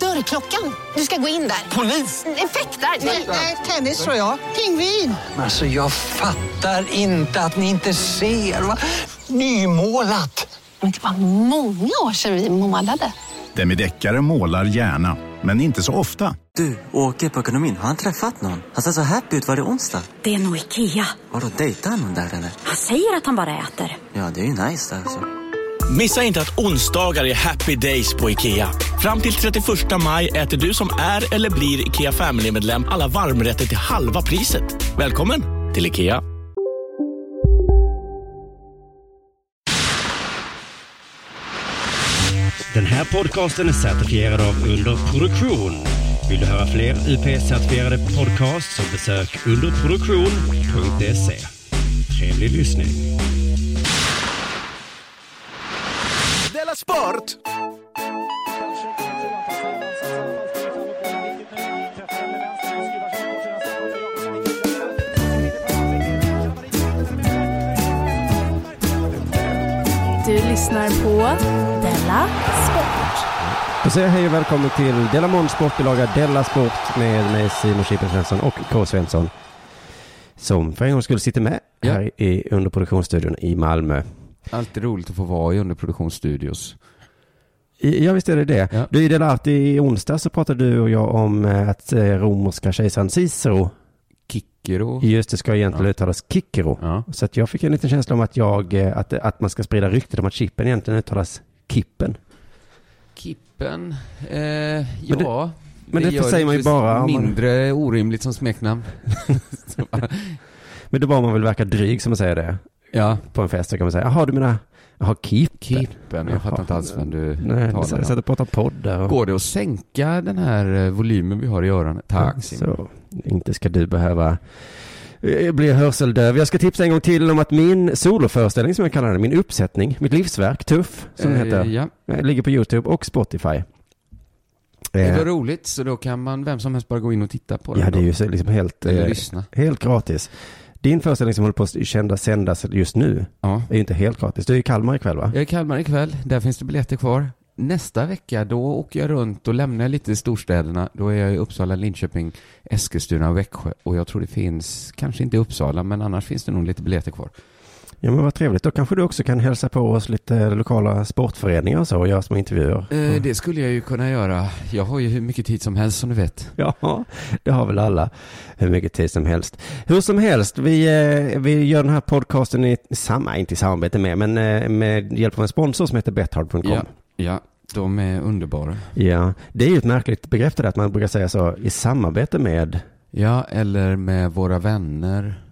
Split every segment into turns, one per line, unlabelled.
Dörrklockan. Du ska gå in där. Polis? Effektar? Nej, tennis tror jag. Pingvin.
Alltså jag fattar inte att ni inte ser. Va? Nymålat!
Men det var många år sedan vi målade.
Demideckare målar gärna, men inte så ofta.
Du, åker på ekonomin. Har han träffat någon? Han ser så happy ut. Var det onsdag?
Det är nog Ikea.
Har du dejtat någon där eller?
Han säger att han bara äter.
Ja, det är ju nice där alltså.
Missa inte att onsdagar är happy days på IKEA. Fram till 31 maj äter du som är eller blir IKEA Family-medlem alla varmrätter till halva priset. Välkommen till IKEA.
Den här podcasten är certifierad av Underproduktion. Vill du höra fler UP-certifierade podcasts så besök underproduktion.se. E. Trevlig lyssning.
Du lyssnar på Della Sport.
Då säger jag hej och välkommen till Della Måns sportbilaga Della Sport med mig Simon Chippen Svensson och K. Svensson. Som för en gång skulle sitta med
Ja.
här i underproduktionsstudion i Malmö.
Alltid roligt att få vara i underproduktionsstudios.
I- Ja, visst är det det.
Ja.
Du, i Della Art i onsdag så pratade du och jag om eh, att eh, romerska kejsaren Cicero,
Kickero.
just det ska egentligen uttalas Kikero.
Ja.
Så att jag fick en liten känsla om att, jag, eh, att, att man ska sprida ryktet om att chippen egentligen uttalas Kippen.
Kippen. Eh,
Men
ja.
men det
gör
säger man ju
inte
bara om man-
Mindre orimligt som smeknamn.
Men då bara om man vill verka dryg som man säger det
ja.
på en fest så kan man säga, jaha du menar, jaha Kippen?
Kippen. Jag fattar inte alls vem du
Nej, jag
talar
satt
om.
Eh, och pratade poddar. Och...
Går det att sänka den här eh, volymen vi har i öronen? Tack Simon.
Så, inte ska du behöva eh, bli hörseldöv. Jag ska tipsa en gång till om att min soloföreställning som jag kallar den, min uppsättning, mitt livsverk, Tuff, som det
Eh,
heter,
Ja.
eh, ligger på YouTube och Spotify.
Det
Eh,
var roligt, så då kan man vem som helst bara gå in och titta på den.
Ja, det är
då.
ju så liksom helt,
Eller
eh,
lyssna.
helt gratis. Din föreställning som håller på att kända sändas just nu
Ja.
är ju inte helt gratis. Du är i Kalmar ikväll va?
Jag är i Kalmar ikväll, där finns det biljetter kvar. Nästa vecka, då åker jag runt och lämnar lite i storstäderna. Då är jag i Uppsala, Linköping, Eskilstuna och Växjö. Och jag tror det finns, kanske inte i Uppsala, men annars finns det nog lite biljetter kvar.
Ja, men vad trevligt. Då kanske du också kan hälsa på oss lite eh, lokala sportföreningar och så och göra små intervjuer. Mm.
Eh, Det skulle jag ju kunna göra. Jag har ju hur mycket tid som helst som du vet.
Ja, det har väl alla hur mycket tid som helst. Hur som helst, vi, eh, vi gör den här podcasten i samma, inte i samarbete med, men eh, med hjälp av en sponsor som heter Bethard.com. Ja.
Ja, ja, de är underbara.
det är ju ett märkligt begrepp det där att man brukar säga så i samarbete med.
Ja, eller med våra vänner.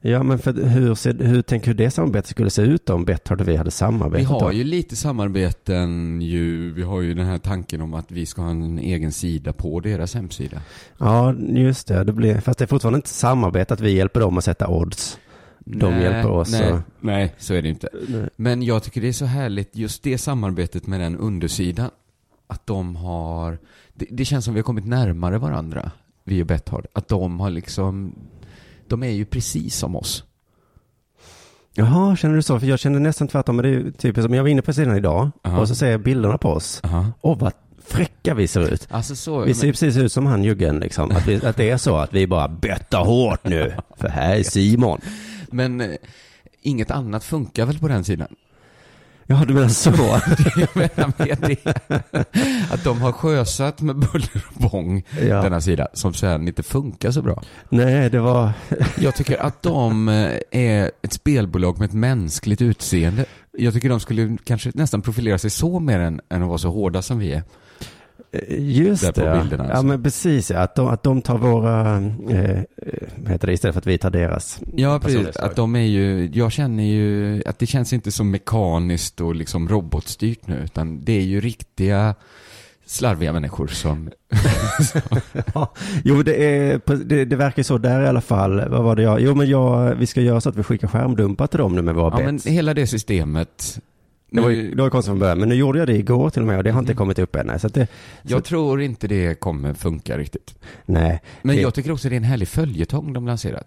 Ja, men för hur, ser, hur tänker du det samarbetet skulle se ut om Bethard och vi hade samarbetat?
Vi
då?
har ju lite samarbeten ju. Vi har ju den här tanken om att vi ska ha en egen sida på deras hemsida.
Ja, just det. det blir, fast det är fortfarande inte samarbete att vi hjälper dem att sätta odds. De hjälper oss
Nej,
och-
nej, så är det inte. Men jag tycker det är så härligt, just det samarbetet med den undersidan. Att de har, det, det känns som vi har kommit närmare varandra, vi och Betthard. Att de har liksom, de är ju precis som oss.
Jaha, känner du så? För jag känner nästan tvärtom. Men det är ju typiskt, som- jag var inne på sidan idag
Aha.
och så ser jag bilderna på oss. Åh, vad fräcka vi ser ut.
Uh-huh. Alltså så,
Vi ser ju
men,
precis ut som han juggen liksom. Att, vi, att det är så att vi bara bettar hårt nu. För här är Simon.
men eh, inget annat funkar väl på den sidan?
Ja, du menar så.
Jag menar med det. Att de har sjösatt med buller och bång,
Ja.
denna sida, som sen inte funkar så bra.
Nej, det var...
Jag tycker att de eh, är ett spelbolag med ett mänskligt utseende. Jag tycker de skulle kanske nästan profilera sig så mer än, än att vara så hårda som vi är. Där
Eh, Just
på
det. ja.
bilderna,
Ja,
alltså.
men precis. ja. Att de, att de tar våra... Eh, eh, vad heter det? Istället för att vi tar deras.
Ja, precis.
personlighetsdrag.
Att de är ju, jag känner ju att det känns inte så mekaniskt och liksom robotstyrt nu, utan det är ju riktiga
slarviga människor som...
Ja, jo, det, är, det, det verkar så där i alla fall. Vad var det jag? Jo, men jag, vi ska göra så att vi skickar skärmdumpar till dem nu med våra
Ja, men
bets.
hela det systemet.
Det var ju det var ju konstigt från början, men nu gjorde jag det igår till och med och det har inte kommit upp än. nej. Så att det,
Jag
så,
tror inte det kommer funka riktigt.
nej.
Men
det,
jag tycker också det är en härlig följetong de lanserat.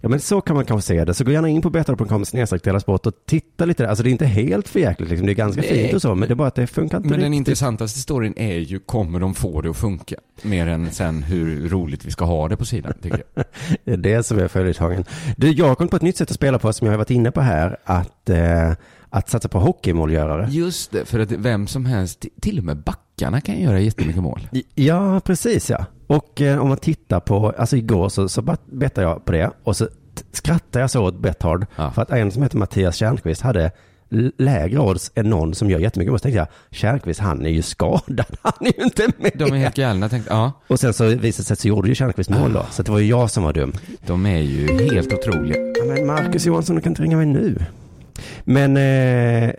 Ja, men så kan man kanske se det. Så gå gärna in på betthard.com snedstreck deras sport och titta lite där. Alltså det är inte helt för jäkligt liksom. Det är ganska
Nej.
fint och så, men det är bara att det funkar inte
Men den
riktigt.
intressantaste storyn är ju, kommer de få det att funka? Mer än sen hur roligt vi ska ha det på sidan, tycker jag.
Det är det som är följetongen. Du, jag har kommit på ett nytt sätt att spela på som jag har varit inne på här. Att, eh, att satsa på hockeymålgörare.
Just det, för att vem som helst, t- till och med backarna kan göra jättemycket mål.
Ja, precis ja. Och eh, om man tittar på, alltså igår så, så bet- bettade jag på det och så t- skrattade jag så åt Betthard för att en som heter Mattias Tjärnqvist hade l- lägre odds än någon som gör jättemycket mål. Så tänkte jag, Tjärnqvist han är ju skadad, han är ju inte med.
De är helt galna, tänkte ja.
Och sen så visade det sig så gjorde ju Tjärnqvist mål då, så det var ju jag som var dum.
De är ju helt otroliga.
Ja, men Marcus Johansson, du kan inte ringa mig nu. Men eh,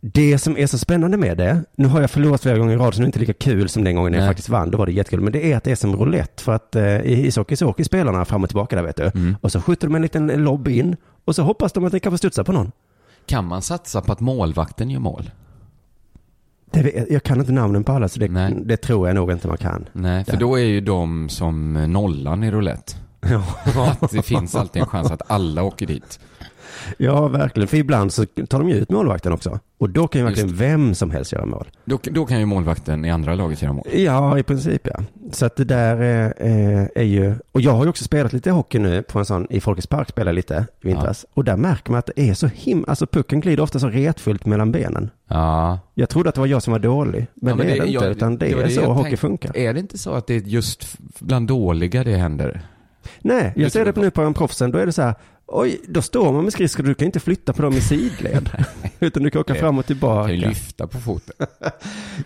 det som är så spännande med det, nu har jag förlorat flera gånger i rad så nu är det inte lika kul som den gången jag
Nej.
faktiskt vann, då var det jättekul. Men det är att det är som roulette för att eh, i ishockey så åker spelarna fram och tillbaka där vet du.
Mm.
Och så skjuter de en liten lobb in och så hoppas de att den kanske studsar på någon.
Kan man satsa på att målvakten gör mål?
Det, vet- jag kan inte namnen på alla så det,
Nej.
det tror jag nog inte man kan.
Nej, för
Ja.
då är ju de som nollan i roulette. Att det finns alltid en chans att alla åker dit.
Ja, verkligen. För ibland så tar de ju ut målvakten också. Och då kan ju verkligen vem som helst göra mål.
Då, då kan ju målvakten i andra laget göra mål.
Ja, i princip ja. Så att det där eh, eh, är ju, och jag har ju också spelat lite hockey nu på en sån, i Folkets Park spelade jag lite i vintras. Och där märker man att det är så himla, alltså pucken glider ofta så retfullt mellan benen.
Ja.
Jag trodde att det var jag som var dålig, men,
Ja,
det är det inte,
jag-
utan det,
var
är så
jag
hockey
tänkte.
funkar.
Är det inte så att det är just f- bland dåliga det händer?
Nej, jag
Jag
ser
tror
det nu på en proffsen, då är det så här, oj, då står man med skridskor, du kan inte flytta på dem i sidled, utan du kan åka
Nej.
fram och
Man kan ju
tillbaka.
lyfta på foten.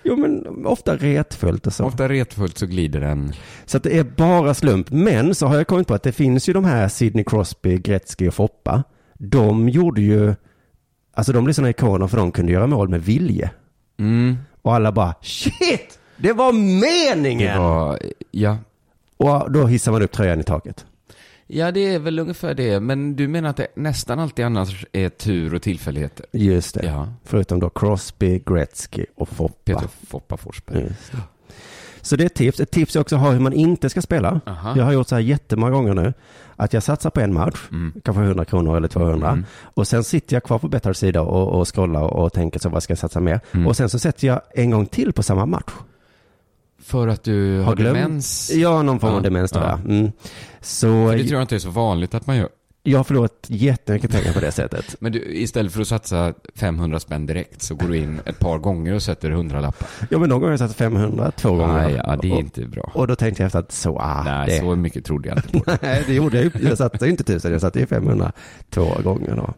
Jo, men ofta retfullt och så.
Ofta retfullt så glider den.
Så att det är bara slump. Men så har jag kommit på att det finns ju de här Sidney Crosby, Gretzky och Foppa. De gjorde ju, alltså de blev sådana ikoner för de kunde göra mål med vilje.
Mm.
Och alla bara shit, det var meningen!
Det var, ja.
Och då hissar man upp tröjan i taket.
ja, det är väl ungefär det. Men du menar att det nästan alltid annars är tur och tillfälligheter?
Just det.
Ja.
Förutom då Crosby, Gretzky och Foppa.
Peter Foppa Forsberg.
Just det. Så det är ett tips. Ett tips jag också har hur man inte ska spela.
Aha.
Jag har gjort så här jättemånga gånger nu. Att jag satsar på en match,
Mm.
kanske 100 kronor eller 200. Och sen sitter jag kvar på Betthard sida och, och scrollar och tänker så vad ska jag satsa mer?
Mm.
Och sen så sätter jag en gång till på samma match.
För att du har, demens?
Ja, någon form av
Ja,
demens då, ja.
ja.
Mm. Så
Det tror jag inte är så vanligt att man gör.
jag har förlorat jättemycket pengar på det sättet.
Men du, istället för att satsa 500 spänn direkt så går du in ett par gånger och sätter 100 lappar.
Ja, men någon gång har jag satt 500, två gånger.
Nej, ja, det är
Och-
inte bra.
Och då tänkte jag efter att så, ah,
Nej,
det,
så mycket trodde jag inte på.
Nej, det gjorde jag ju. Jag satte ju inte tusen, jag satte ju 500 två gånger då.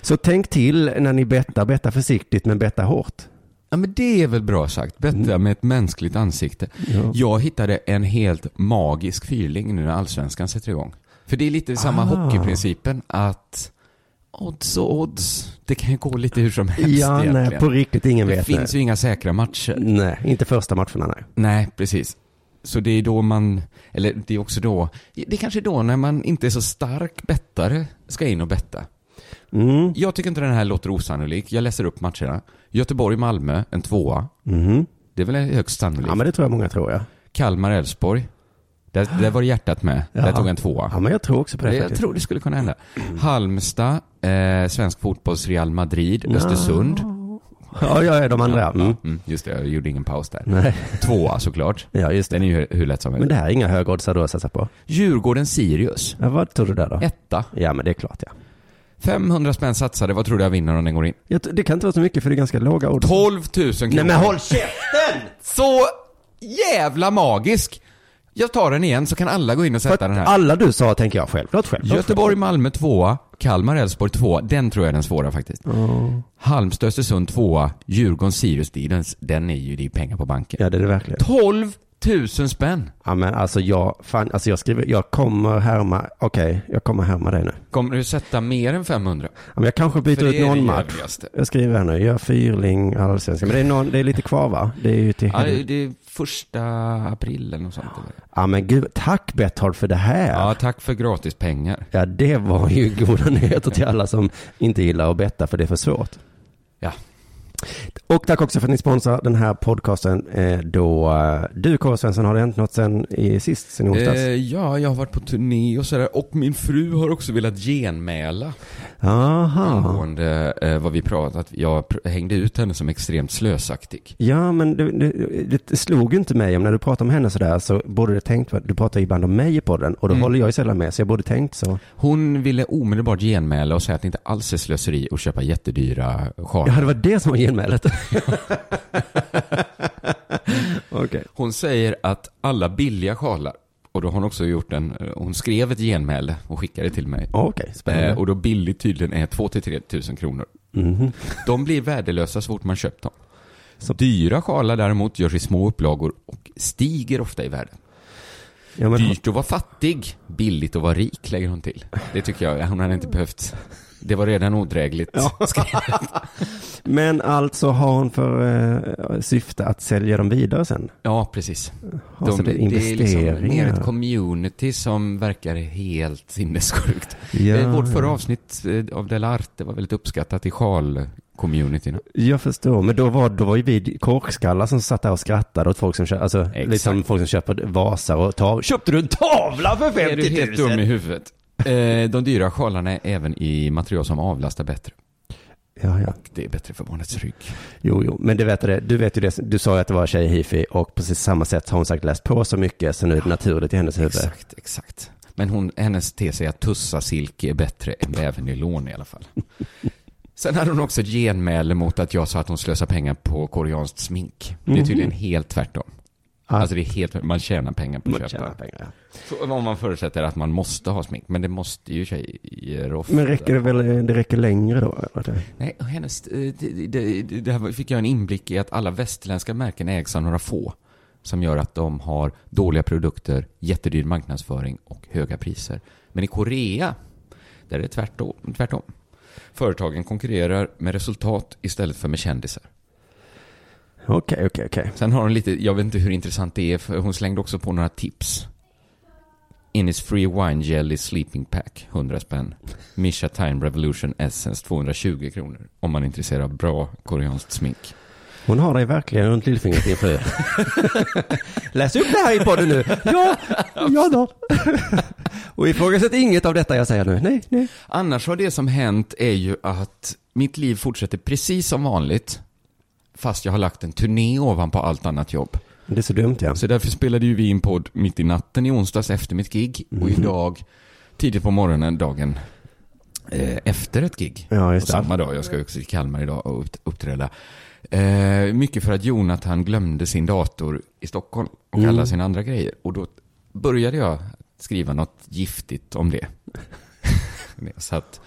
Så tänk till när ni bettar, betta försiktigt men betta hårt.
Ja, men det är väl bra sagt. Bättre med ett mänskligt ansikte.
Ja.
Jag hittade en helt magisk fyrling nu när allsvenskan sätter igång. För det är lite samma
Ah.
hockeyprincipen att odds och odds, det kan ju gå lite hur som helst
Ja,
egentligen.
nej, på riktigt, ingen
det
vet
finns
nu.
ju inga säkra matcher.
Nej, inte första matcherna nej.
Nej, precis. Så det är då man, eller det är också då, det är kanske då när man inte är så stark bettare ska in och betta.
Mm.
Jag tycker inte den här låter osannolik. Jag läser upp matcherna. Göteborg-Malmö, en tvåa.
Mhm.
Det är väl högst sannolikt.
Ja, men det tror jag många tror ja.
Kalmar-Elfsborg. Där, där var det hjärtat med. Där
Ja.
tog jag en tvåa.
Ja, men jag tror också på det
jag
faktiskt.
tror det skulle kunna hända. Halmstad, eh, svensk fotbolls Real Madrid, Östersund.
Mm. Ja, jag är de andra. Mm.
Mm, just det, jag gjorde ingen paus där.
Nej.
Tvåa såklart.
Ja, just det.
Den är ju hur lätt som
Men
helst.
det här är inga högoddsare du har satsat på.
Djurgården-Sirius.
Ja, vad tror du där då?
Etta.
Ja, men det är klart ja.
500 spänn satsade. Vad tror du jag vinner om den går in?
Jag tror- Det kan inte vara så mycket för det är ganska låga ord.
12 000 kronor.
Nej, men håll käften!
Så jävla magisk! Jag tar den igen så kan alla gå in och
För
sätta den
att
här.
alla du sa tänker jag självklart, självklart.
Göteborg-Malmö tvåa, Kalmar-Elfsborg tvåa. Den tror jag är den svåra faktiskt. Halmstad-Östersund tvåa, Djurgården-Sirius, det är den- den är ju, det är pengar på banken.
Ja, det är det verkligen.
12 Tusen spänn.
Ja, men alltså jag, fan, alltså jag skriver, jag kommer härma, okej, jag kommer härma dig nu.
Kommer du sätta mer än 500?
Ja, men jag kanske byter
För det
ut
är
någon
det
match.
jävligaste.
Jag skriver här nu, gör fyrling, allsvenskan. Men det är, någon, det är lite kvar va? Det är ju till
Ja, det
helg.
det är första april eller något sånt. eller?
Ja men gud, tack Betthard för det här.
Ja, tack för gratispengar.
Ja, det var ju goda nyheter till alla som inte gillar att betta för det är för svårt.
Ja.
Och tack också för att ni sponsrar den här podcasten eh, då eh, du K. Svensson, har det hänt något sen i sist, sen i onsdags?
Eh, ja, jag har varit på turné och sådär. Och min fru har också velat genmäla.
Aha.
Angående eh, vad vi pratat. Jag pr- hängde ut henne som extremt slösaktig.
Ja, men det, det, det slog ju inte mig om när du pratade om henne sådär så borde du tänkt, på- du pratar ju ibland om mig i podden och då
Mm.
håller jag ju sällan med så jag borde tänkt så.
Hon ville omedelbart genmäla och säga att det inte alls är slöseri att köpa jättedyra sjalar.
Ja, det var det som var genmälet. Okej.
Hon säger att alla billiga sjalar, och då har hon också gjort en, eh, hon skrev ett genmäle och skickade till mig.
Okej, spännande.
Eh, och då billigt tydligen är 2-3 tusen kronor.
Mhm.
De blir värdelösa så fort man köpt dem. Dyra sjalar däremot görs i små upplagor och stiger ofta i värde.
Ja, men-
Dyrt att vara fattig, billigt att vara rik lägger hon till. Det tycker jag, hon hade inte behövt. Det var redan odrägligt.
Men alltså har hon för eh, syfte att sälja dem vidare sen?
Ja, precis.
Ja, så det är
Det är liksom mer
investeringar.
ett community som verkar helt sinnessjukt.
Ja,
Eh, Vårt förra
ja.
avsnitt eh, av Della Arte var väldigt uppskattat i sjal-communityna.
Jag förstår, men då var, då var ju vi korkskallar som satt där och skrattade åt folk som köper, alltså liksom folk som köper Vasa och tavlor. Köpte du en tavla för 50 000?
Är du helt dum i huvudet? Eh, De dyra sjalarna är även i material som avlastar bättre.
Ja, ja.
Det är bättre för barnets rygg.
Jo, jo, men det vet du, det. du vet ju det, du sa ju att det var tjej i hifi och precis samma sätt har hon sagt läst på så mycket så nu är det naturligt i hennes huvud.
Exakt, exakt. Men hon, hennes tes är att tussa silke är bättre än vävernylon i alla fall. Sen hade hon också ett genmäle mot att jag sa att hon slösar pengar på koreanskt smink. Det är tydligen
Mhm.
helt tvärtom.
Ah.
Alltså det är helt, man tjänar pengar på
Man
att köpa.
tjänar pengar, ja.
Så Om man förutsätter att man måste ha smink, men det måste ju tjejer ofta.
Men räcker det väl, det räcker längre då? Eller?
Nej, och hennes, eh, det, det, det, det här var- fick jag en inblick i att alla västerländska märken ägs av några få. Som gör att de har dåliga produkter, jättedyr marknadsföring och höga priser. Men i Korea, där är det tvärtom. tvärtom. Företagen konkurrerar med resultat istället för med kändisar.
Okej, okej, okej.
Sen har hon lite, jag vet inte hur intressant det är, för hon slängde också på några tips. Innis Free Wine Jelly Sleeping Pack, 100 spänn. Misha Time Revolution Essence, 220 kronor. Om man är intresserad av bra koreanskt smink.
Hon har dig verkligen runt lillfingret din fru. Läs upp det här i podden nu. Ja, ja då. Och ifrågasätt inget av detta jag säger nu. Nej, nej.
Annars har det som hänt är ju att mitt liv fortsätter precis som vanligt. Fast jag har lagt en turné ovanpå allt annat jobb.
Det är så dumt ja.
Så därför spelade ju vi in podd mitt i natten i onsdags efter mitt gig. Och
Mm.
idag, tidigt på morgonen, dagen eh, efter ett gig.
Ja, just
och
det.
samma dag, jag ska också till Kalmar idag och upp- uppträda. Eh, mycket för att Jonathan glömde sin dator i Stockholm och
Mm.
alla sina andra grejer. Och då började jag skriva något giftigt om det. När jag satt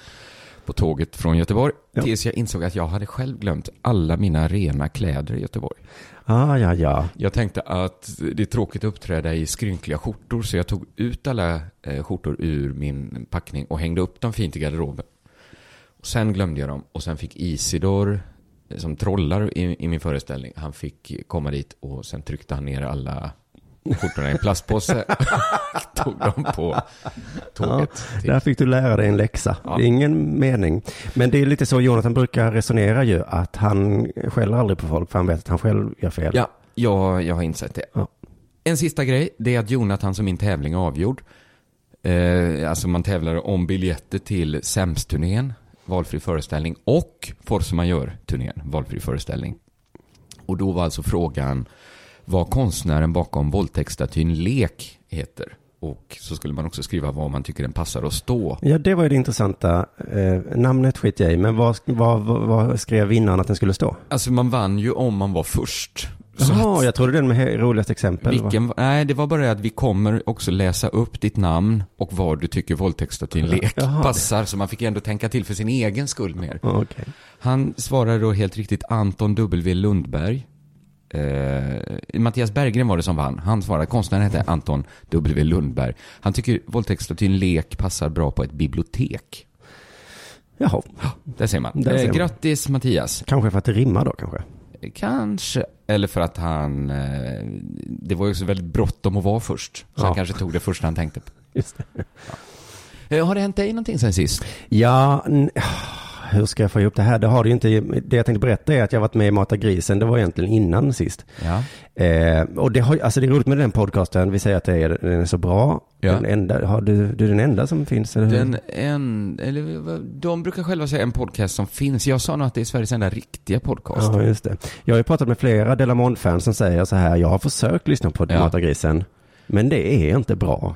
på tåget från Göteborg. Tills jag insåg att jag hade själv glömt alla mina rena kläder i Göteborg.
Ah, ja, ja.
Jag tänkte att det är tråkigt att uppträda i skrynkliga skjortor så jag tog ut alla eh, skjortor ur min packning och hängde upp dem fint i garderoben. Och sen glömde jag dem och sen fick Isidor eh, som trollar i, i min föreställning, han fick komma dit och sen tryckte han ner alla skjortorna i en plastpåse och tog dem på tåget.
Ja, där fick du lära dig en läxa. Det är ingen mening. Men det är lite så Jonathan brukar resonera ju, att han skäller aldrig på folk för han vet att han själv gör fel.
Ja, jag, jag har insett det. En sista grej, det är att Jonathan som min tävling är avgjord. Eh, alltså man tävlar om biljetter till SEMS-turnén, valfri föreställning och Force Majeure-turnén, valfri föreställning. Och då var alltså frågan vad konstnären bakom våldtäktsstatyn Lek heter. Och så skulle man också skriva vad man tycker den passar att stå.
Ja, det var ju det intressanta. Eh, namnet skit jag i, men vad, vad, vad, vad skrev vinnaren att den skulle stå?
Alltså man vann ju om man var först. Så att-
Jaha, jag trodde den med he- roligast exempel. var-
Vilken, nej, det var bara det att vi kommer också läsa upp ditt namn och var du tycker våldtäktsstatyn lek
Jaha.
passar. Så man fick ju ändå tänka till för sin egen skull mer.
Ja, okej.
Han svarade då helt riktigt Anton W. Lundberg. Eh, Mattias Berggren var det som vann. Han svarade, konstnären hette Anton W. Lundberg. Han tycker våldtäktsstatyn Lek passar bra på ett bibliotek.
Jaha.
Där ser man.
Där ser
eh,
man.
Grattis Mattias.
Kanske för att det rimmar då kanske.
Kanske. Eller för att han, eh, det var ju också väldigt bråttom att vara först. Så
Ja.
han kanske tog det första han tänkte på.
Just det.
Eh, Har det hänt dig någonting sen sist?
Ja, n- hur ska jag få ihop det här? Det har det ju inte. Det jag tänkte berätta är att jag varit med i Mata grisen. Det var egentligen innan sist. Eh, och det, har, alltså det är roligt med den podcasten. Vi säger att det är, den är så bra.
Ja.
Den enda, har du, du är den enda som finns, eller hur?
Den en, eller vad- de brukar själva säga en podcast som finns. Jag sa nog att det är Sveriges enda riktiga podcast.
Ja, just det. Jag har ju pratat med flera Delamond-fans som säger så här, jag har försökt lyssna på
Ja.
Mata grisen, men det är inte bra.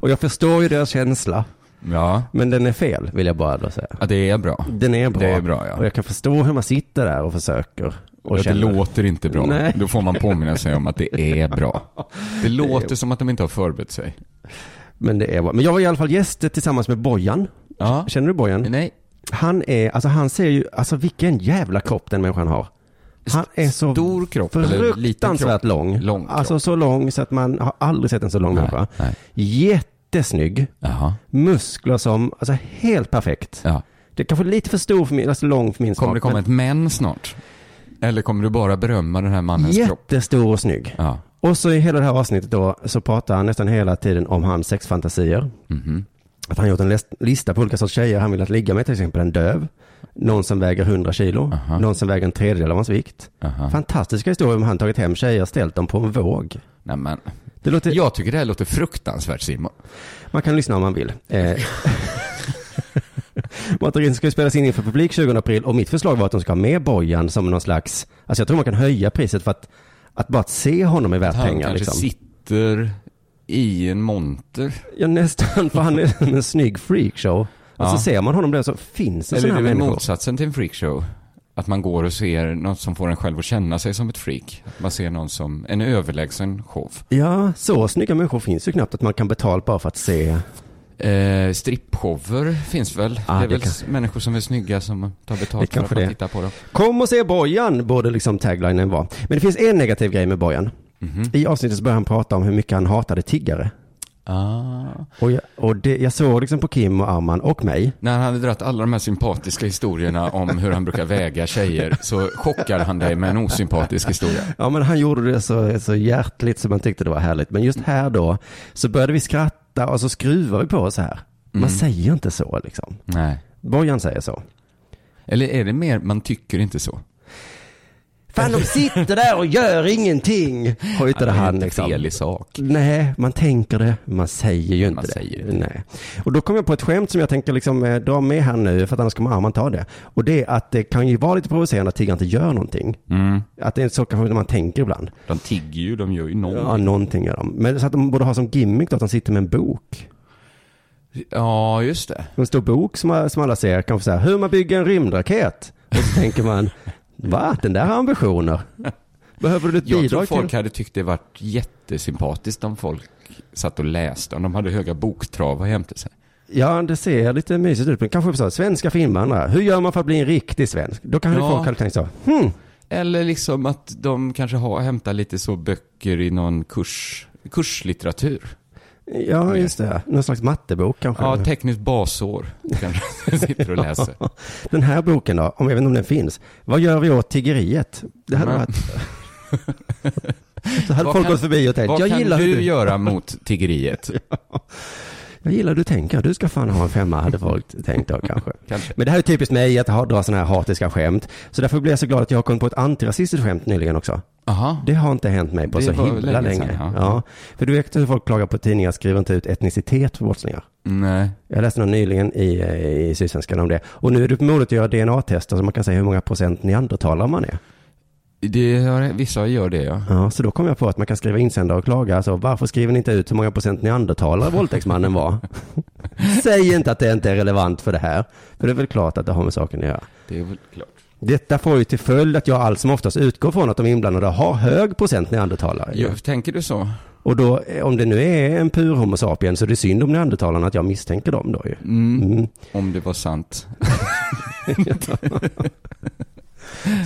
och jag förstår ju deras känsla.
Ja.
Men den är fel, vill jag bara då säga.
Ja, det är bra.
Den är bra.
Det är bra, ja.
Och jag kan förstå hur man sitter där och försöker. Och
Att det
känner.
låter inte bra.
Nej.
Då får man påminna sig om att det är bra. Det låter som att de inte har förberett sig.
Men det är bra. Men jag var i alla fall gäst tillsammans med Bojan.
Ja.
Känner du Bojan?
Nej.
Han är, alltså han ser ju, alltså vilken jävla kropp den människan har. Han är så
Stor kropp eller liten kropp?
fruktansvärt lång.
Lång kropp.
Alltså så lång så att man har aldrig sett en så lång människa. Jättesnygg. Muskler som, alltså helt perfekt. Det är kanske lite för stor för min, alltså lång för min
Kommer det komma ett men snart? Eller kommer du bara berömma den här mannens kropp?
Jättestor och snygg. Och så i hela det här avsnittet då så pratar han nästan hela tiden om hans sexfantasier. Att han gjort en läst- lista på olika sorters tjejer han vill att ligga med, till exempel en döv, någon som väger 100 kilo, någon som väger en tredjedel av hans vikt. Fantastiska historier om han tagit hem tjejer och ställt dem på en våg.
Nej, men.
Det låter...
Jag tycker det här låter fruktansvärt Simon.
Man kan lyssna om man vill. Eh... Matarin ska ju spelas in inför publik 20 april och mitt förslag var att de ska ha med Bojan som någon slags, alltså jag tror man kan höja priset för att, att bara att se honom är värt
Han
pengar.
kanske
liksom.
sitter i en monter.
Ja nästan, för han är en snygg freakshow. Och så
Ja.
ser man honom där så finns det
Eller det
sådana här
är väl
människor.
motsatsen till en freakshow? Att man går och ser något som får en själv att känna sig som ett freak. Att man ser någon som en överlägsen show.
Ja, så snygga människor finns ju knappt att man kan betala bara för att se.
Eh, strippshower finns väl?
Ja,
det
Ah, det
är väl
kanske-
människor som är snygga som tar
Det
betalt för att
kanske det
man
är.
tittar på dem.
Kom och se Bojan, borde liksom taglinen vara. Men det finns en negativ grej med Bojan.
Mhm.
I avsnittet så börjar han prata om hur mycket han hatade tiggare.
Ah.
Och, jag, och det, jag såg liksom på Kim och Arman och mig.
När han hade dragit alla de här sympatiska historierna om hur han brukar väga tjejer så chockade han dig med en osympatisk historia.
Ja, men han gjorde det så, så hjärtligt som man tyckte det var härligt. Men
Mm.
just här då, så började vi skratta och så skruvar vi på oss här. Man
Mm.
säger inte så liksom.
Nej.
Bojan säger så.
Eller är det mer, man tycker inte så?
Fan, de sitter där och gör ingenting. Hojtade
Ja, det är
han
inte
liksom.
fel i sak.
Nej, man tänker det, man säger ju inte
Man
det.
säger
Nej. Och då kom jag på ett skämt som jag tänker liksom, eh, dra med här nu, för att annars kommer Arman ta det. Och det är att det kan ju vara lite provocerande att tiggaren inte gör någonting.
Mm.
Att det är så kanske man tänker ibland.
De tigger ju, de gör ju
Ja,
någonting.
någonting gör de. Men så att de borde ha som gimmick då, att de sitter med en bok.
Ja, just det.
En stor bok som, som alla ser, kanske så här, hur man bygger en rymdraket. Och så tänker man, va, den där har ambitioner. Behöver du ett
Jag tror
bidrag
folk
till?
hade tyckt det varit jättesympatiskt om folk satt och läste, om de hade höga boktravar jämte sig.
Ja, det ser lite mysigt ut. Men kanske så här, svenska för invandrare. Hur gör man för att bli en riktig svensk? Då kanske
Ja.
folk hade tänkt så. "Hm,
Eller liksom att de kanske har, hämtar lite så böcker i någon kurs, kurslitteratur.
Ja, just det. Någon slags mattebok kanske.
Ja, tekniskt basår kanske sitter och läser.
Den här boken då, om jag vet inte om den finns. Vad gör vi åt tiggeriet? Det hade
Men-
varit... så hade
Vad
folk
kan-
gått förbi och tänkt,
Vad
jag
kan
gillar, hur
du
du
göra mot tiggeriet?
jag gillar hur du tänker, du ska fan ha en femma, hade folk tänkt då kanske.
Kanske.
Men det här är typiskt mig att ha- dra sådana här hatiska skämt. Så därför blir jag så glad att jag har kommit på ett antirasistiskt skämt nyligen också.
Aha.
Det har inte hänt mig på
Det
så
var
himla länge.
länge sedan,
ja.
ja.
För du vet hur folk klagar på att tidningar skriver inte ut etnicitet för brottslingar.
Nej.
Jag läste någon nyligen i, eh, i Sydsvenskan om det. Och nu är det på modet att göra DNA-tester så man kan säga hur många procent neandertalare man är.
Det har, vissa gör det ja.
Ja, så då kom jag på att man kan skriva insändare och klaga. Alltså, varför skriver ni inte ut hur många procent neandertalare våldtäktsmannen var? Säg inte att det inte är relevant för det här. För det är väl klart att det har med saken att göra.
Det är väl klart.
Detta får ju till följd att jag allt som oftast utgår från att de inblandade har hög procent neandertalare.
Ja, tänker du så?
Och då, eh, om det nu är en pur homo sapien så är det synd om neandertalarna att jag misstänker dem då ju.
Mm.
Mm.
Om det var sant.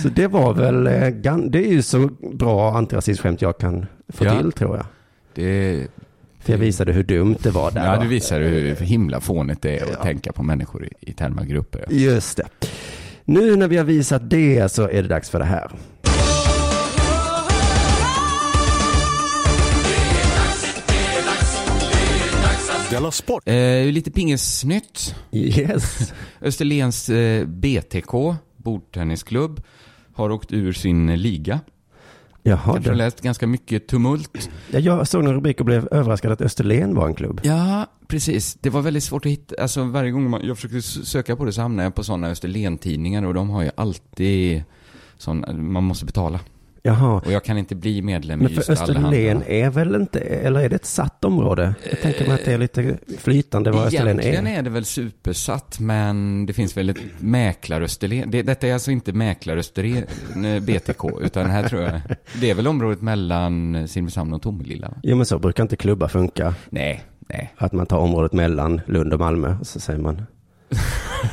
Så det var väl, eh, gan- det är ju så bra antirasistskämt jag kan få
Ja.
till tror jag.
Det...
För jag visade hur dumt det var där.
Ja,
va?
du visar hur himla fånigt det är att tänka på människor i, i termer av grupper. ja.
Just det. Nu när vi har visat det så är det dags för det här.
Della Sport. Eh, lite pingisnytt.
Yes.
Österlens eh, BTK, bordtennisklubb, har åkt ur sin eh, liga.
Jaha,
Kanske har
det,
läst ganska mycket tumult.
Ja, jag såg en rubrik och blev överraskad att Österlen var en klubb.
Ja, precis. Det var väldigt svårt att hitta. Alltså varje gång man, jag försökte s- söka på det så hamnade jag på sådana Österlen-tidningar och de har ju alltid sån, man måste betala.
Jaha.
Och jag kan inte bli medlem
Men
i just
för Österlen är väl inte, eller är det ett satt område? Jag tänker mig att det är lite flytande vad Österlen
Eh,
E.
Egentligen
är.
är det väl supersatt, men det finns väl ett mäklarösterlen. Det, detta är alltså inte mäklarösterlen eh, BTK, utan här tror jag, det är väl området mellan Simrishamn och Tomelilla? va?
Jo men så brukar inte klubbar funka.
Nej, nej.
Att man tar området mellan Lund och Malmö, och så säger man.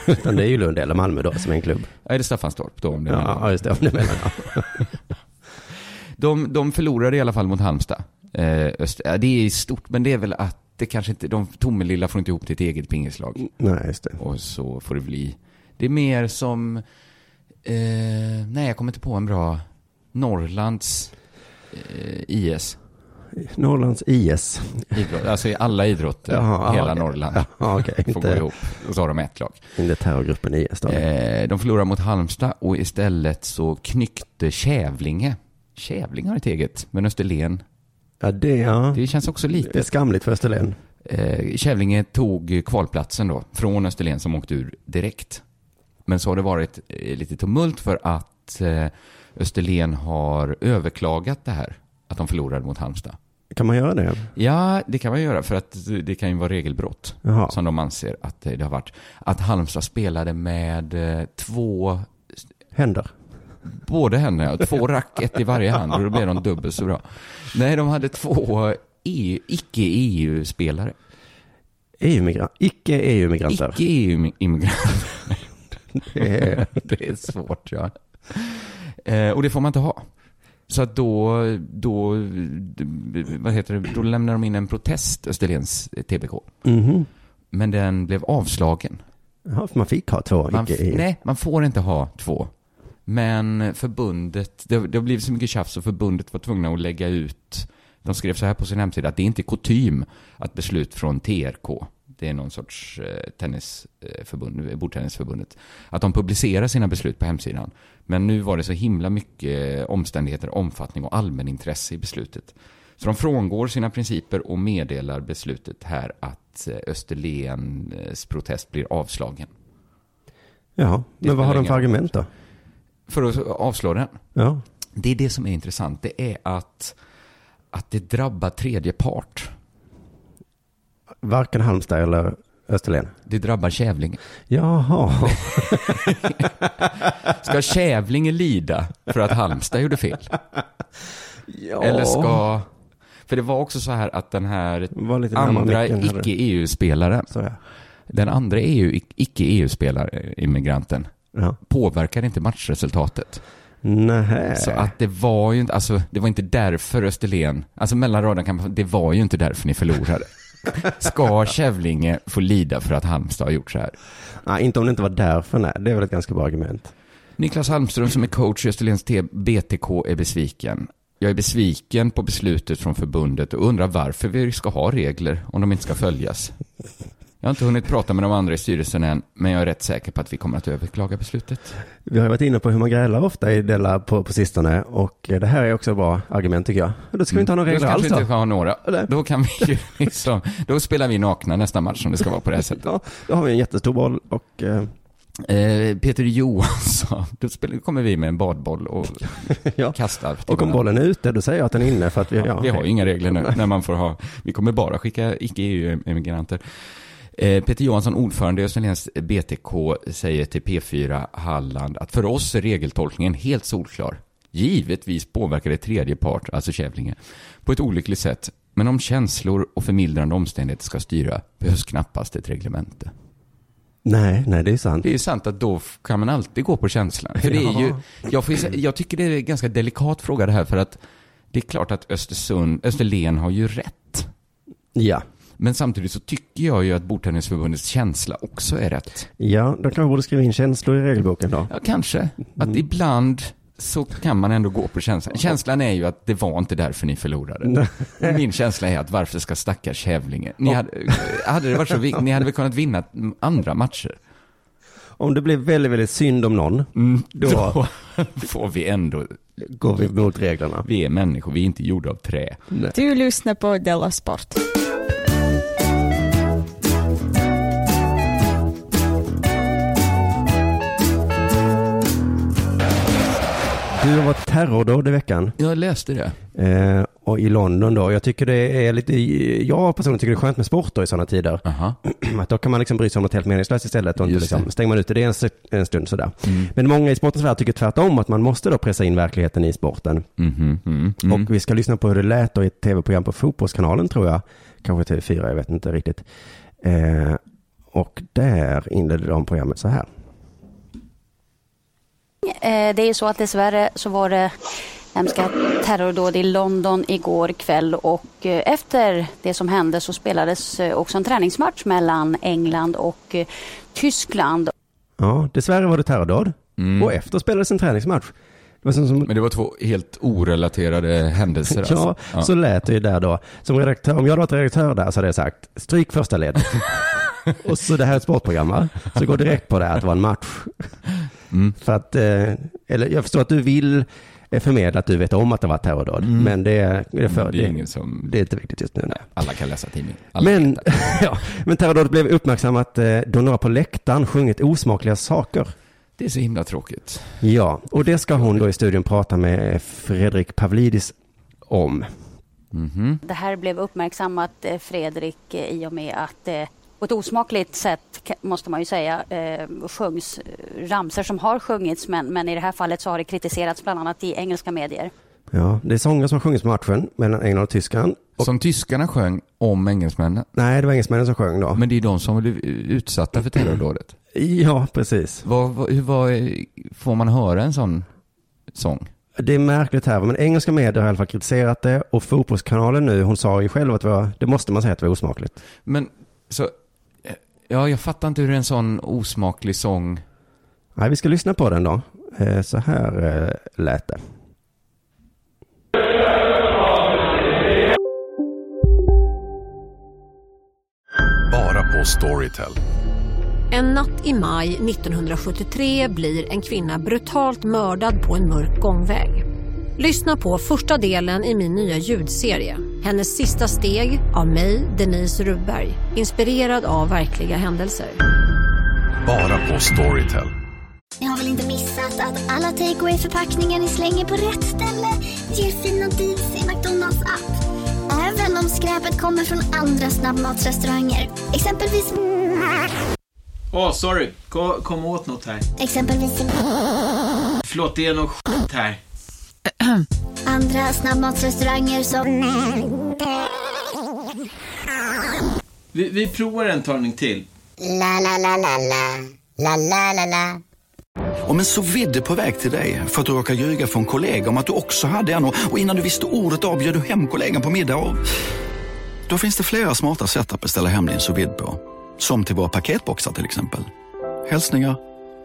Utan det är ju Lund eller Malmö då som är en klubb.
Ja, Är det Staffanstorp då? Om det är
Ja,
mellan-
ja, just det, om det är mellan.
de, de förlorade i alla fall mot Halmstad. Eh, öst, ja, det är stort, men det är väl att det kanske inte, de, Tomelilla får inte ihop till ett eget pingislag.
Nej, just det.
Och så får det bli. Det är mer som, eh, nej jag kommer inte på en bra, Norrlands eh, IS.
Norrlands IS.
Idrott, alltså i alla idrotter,
Jaha,
hela
okej.
Norrland.
Jaha, okej.
Får
Inte-
gå ihop. Och så har de ett lag.
Inte terrorgruppen IS då.
Eh, de förlorar mot Halmstad och istället så knyckte Kävlinge. Kävlinge har ett eget, men Österlen.
Ja, det, ja.
det känns också
Det är
lite.
skamligt för Österlen.
Eh, Kävlinge tog kvalplatsen då, från Österlen som åkte ur direkt. Men så har det varit eh, lite tumult för att eh, Österlen har överklagat det här, att de förlorade mot Halmstad.
Kan man göra det?
Ja, det kan man göra för att det kan ju vara regelbrott
Jaha.
som de anser att eh, det har varit. Att Halmstad spelade med eh, två,
Händer.
båda händerna, två racket i varje hand och då blev de dubbelt så bra. Nej, de hade två E, EU, icke-EU-spelare.
EU-migranter. E Icke-EU-migranter.
Icke-EU-immigranter.
Det är-
det är svårt, ja. Eh, och det får man inte ha. Så att då, då, vad heter det, då lämnar de in en protest, Österlens eh, TBK.
Mhm.
Men den blev avslagen.
Ja, för man fick ha två E
Man, f-
icke-EU.
nej, man får inte ha två. Men förbundet, det, det har blivit så mycket tjafs och förbundet var tvungna att lägga ut, de skrev så här på sin hemsida, att det är inte kutym att beslut från TRK, det är någon sorts eh, tennisförbund, eh, bordtennisförbundet, att de publicerar sina beslut på hemsidan. Men nu var det så himla mycket eh, omständigheter, omfattning och allmänintresse i beslutet. Så de frångår sina principer och meddelar beslutet här att eh, Österlens eh, protest blir avslagen.
Jaha,
Det
men vad har
spelar
de för
ingen roll.
argument då?
för att avslå den.
Ja.
Det är det som är intressant. Det är att, att det drabbar tredje part.
Varken Halmstad eller Österlen.
Det drabbar Kävlinge.
Jaha.
Ska Kävlinge lida för att Halmstad gjorde fel?
Ja.
Eller ska... För det var också så här att den här
Var lite närmare
andra
micken, hörru.
icke-EU-spelaren,
Så ja.
den andra E EU, icke-EU-spelaren-immigranten,
Ja.
påverkade inte matchresultatet.
Nähä.
Så att det var ju inte, alltså det var inte därför Österlen, alltså mellan raderna kan man, det var ju inte därför ni förlorade. Ska Kävlinge få lida för att Halmstad har gjort så här?
Nej, inte om det inte var därför. Nej, det är väl ett ganska bra argument.
Niklas Halmström som är coach i Österlens T- BTK är besviken. Jag är besviken på beslutet från förbundet och undrar varför vi ska ha regler om de inte ska följas. Jag har inte hunnit prata med de andra i styrelsen än, men jag är rätt säker på att vi kommer att överklaga beslutet.
Vi har ju varit inne på hur man grälar ofta i Della på, på sistone och eh, det här är också ett bra argument tycker jag. Då ska vi inte ha några regler
Mm. då
alls
kanske vi
då.
inte ska ha några.
Eller?
Då kan vi ju liksom, då spelar vi nakna nästa match om det ska vara på det här sättet.
Ja, då har vi en jättestor boll och eh,
Eh, Peter Johansson, då spelar, kommer vi med en badboll och
ja.
kastar. till
Och om
varandra.
bollen är ute, då säger jag att den är inne för att vi, ja,
Vi har ju inga regler nu när man får ha, vi kommer bara skicka icke-EU-emigranter. Eh, Peter Johansson, ordförande i Österlens BTK, säger till P4 Halland att för oss är regeltolkningen helt solklar. Givetvis påverkar det tredje part, alltså Kävlinge, på ett olyckligt sätt. Men om känslor och förmildrande omständigheter ska styra behövs knappast ett reglemente.
Nej, nej det är sant.
Det är ju sant att då f- kan man alltid gå på känslan. För det är ju,
Ja.
jag, får, ju sä- jag tycker det är en ganska delikat fråga det här för att det är klart att Östersund, Österlen har ju rätt.
Ja.
Men samtidigt så tycker jag ju att Bordtennisförbundets känsla också är rätt.
Ja, då kanske borde skriva in känslor i regelboken då.
Ja, kanske. Att ibland så kan man ändå gå på känslan. Känslan är ju att det var inte därför ni förlorade. Min känsla är att varför ska stackars Kävlinge? Ni hade, hade det varit så, vi- ni hade väl kunnat vinna andra matcher?
Om det blir väldigt, väldigt synd om någon,
Mm.
då,
Då får vi ändå...
går vi mot reglerna.
Vi är människor, vi är inte gjorda av trä.
Du lyssnar på Della Sport.
Du har varit terrordåd i veckan.
Jag läste det.
Eh, och i London då. Jag tycker det är lite, jag personligen tycker det är skönt med sport då i sådana tider. Att då kan man liksom bry sig om något helt meningslöst istället och inte
Just det.
liksom, stänger man ute det en, se- en stund sådär.
Mm.
Men många i sportens värld tycker tvärtom att man måste då pressa in verkligheten i sporten.
Mhm, mm, mm.
Och vi ska lyssna på hur det lät då i ett tv-program på Fotbollskanalen tror jag. Kanske TV4, jag vet inte riktigt. Eh, och där inledde de programmet så här.
Eh, Det är ju så att dessvärre så var det hemska terrordåd i London igår kväll och eh, efter det som hände så spelades eh, också en träningsmatch mellan England och eh, Tyskland.
Ja, dessvärre var det terrordåd.
Mm.
Och efter spelades en träningsmatch. Det var som, som
Men det var två helt orelaterade händelser
Ja,
alltså.
så lät det ju där då. Som redaktör, om jag hade varit redaktör där så hade jag sagt, stryk första ledet. och så det här är ett sportprogram va? Så gå direkt på det här att det var en match.
Mm.
För att, eh, eller jag förstår att du vill eh, förmedla att du vet om att det var ett terrordåd.
Mm.
Men det, är- det, är för,
Det är
det,
ingen som-
det är inte viktigt just nu. Nej.
Alla kan läsa tidningen. Alla
Men, ja, men terrordådet blev uppmärksammat eh, då några på läktaren sjungit osmakliga saker.
Det är så himla tråkigt.
Ja, och det ska hon då i studion prata med Fredrik Pavlidis om.
Det här blev uppmärksammat eh, Fredrik eh, i och med att eh, på ett osmakligt sätt ka- måste man ju säga eh, sjungs eh, ramsor som har sjungits men, men i det här fallet så har det kritiserats bland annat i engelska medier.
Ja, det är sånger som sjungits på matchen mellan England och Tyskland.
Som tyskarna sjöng om engelsmännen.
Nej, det var engelsmännen som sjöng då.
Men det är de som blev utsatta för terrordådet.
Ja, precis.
Vad, vad, hur- vad, är- får man höra en sån sång?
Det är märkligt här, men engelska medier har i alla fall kritiserat det och fotbollskanalen nu, hon sa ju själv att det, var, det måste man säga att det var osmakligt.
Men så, ja jag fattar inte hur en sån osmaklig sång,
Nej, vi ska lyssna på den då. Eh, Så här eh, lät det.
Bara på Storytel.
En natt i maj 1973 blir en kvinna brutalt mördad på en mörk gångväg. Lyssna på första delen i min nya ljudserie. Hennes sista steg av mig, Denise Rubberg. Inspirerad av verkliga händelser.
Bara på Storytel.
Ni har väl inte missat att alla takeaway förpackningar ni slänger på rätt ställe ger fina deals i McDonalds app. Även om skräpet kommer från andra snabbmatsrestauranger. Exempelvis...
Åh, sorry. Kom, kom åt något här.
Exempelvis...
Förlåt, det är något skit här.
Andra snabbmatsrestauranger som...
Vi, vi provar en talning till.
La la la la la. La la la la.
Om en så vidde på väg till dig för att du råkar ljuga från kollega om att du också hade en och och innan du visste ordet av bjöd du hem kollegan på middag och... Då finns det flera smarta sätt att beställa hem din sous vide på. Som till våra paketboxar till exempel. Hälsningar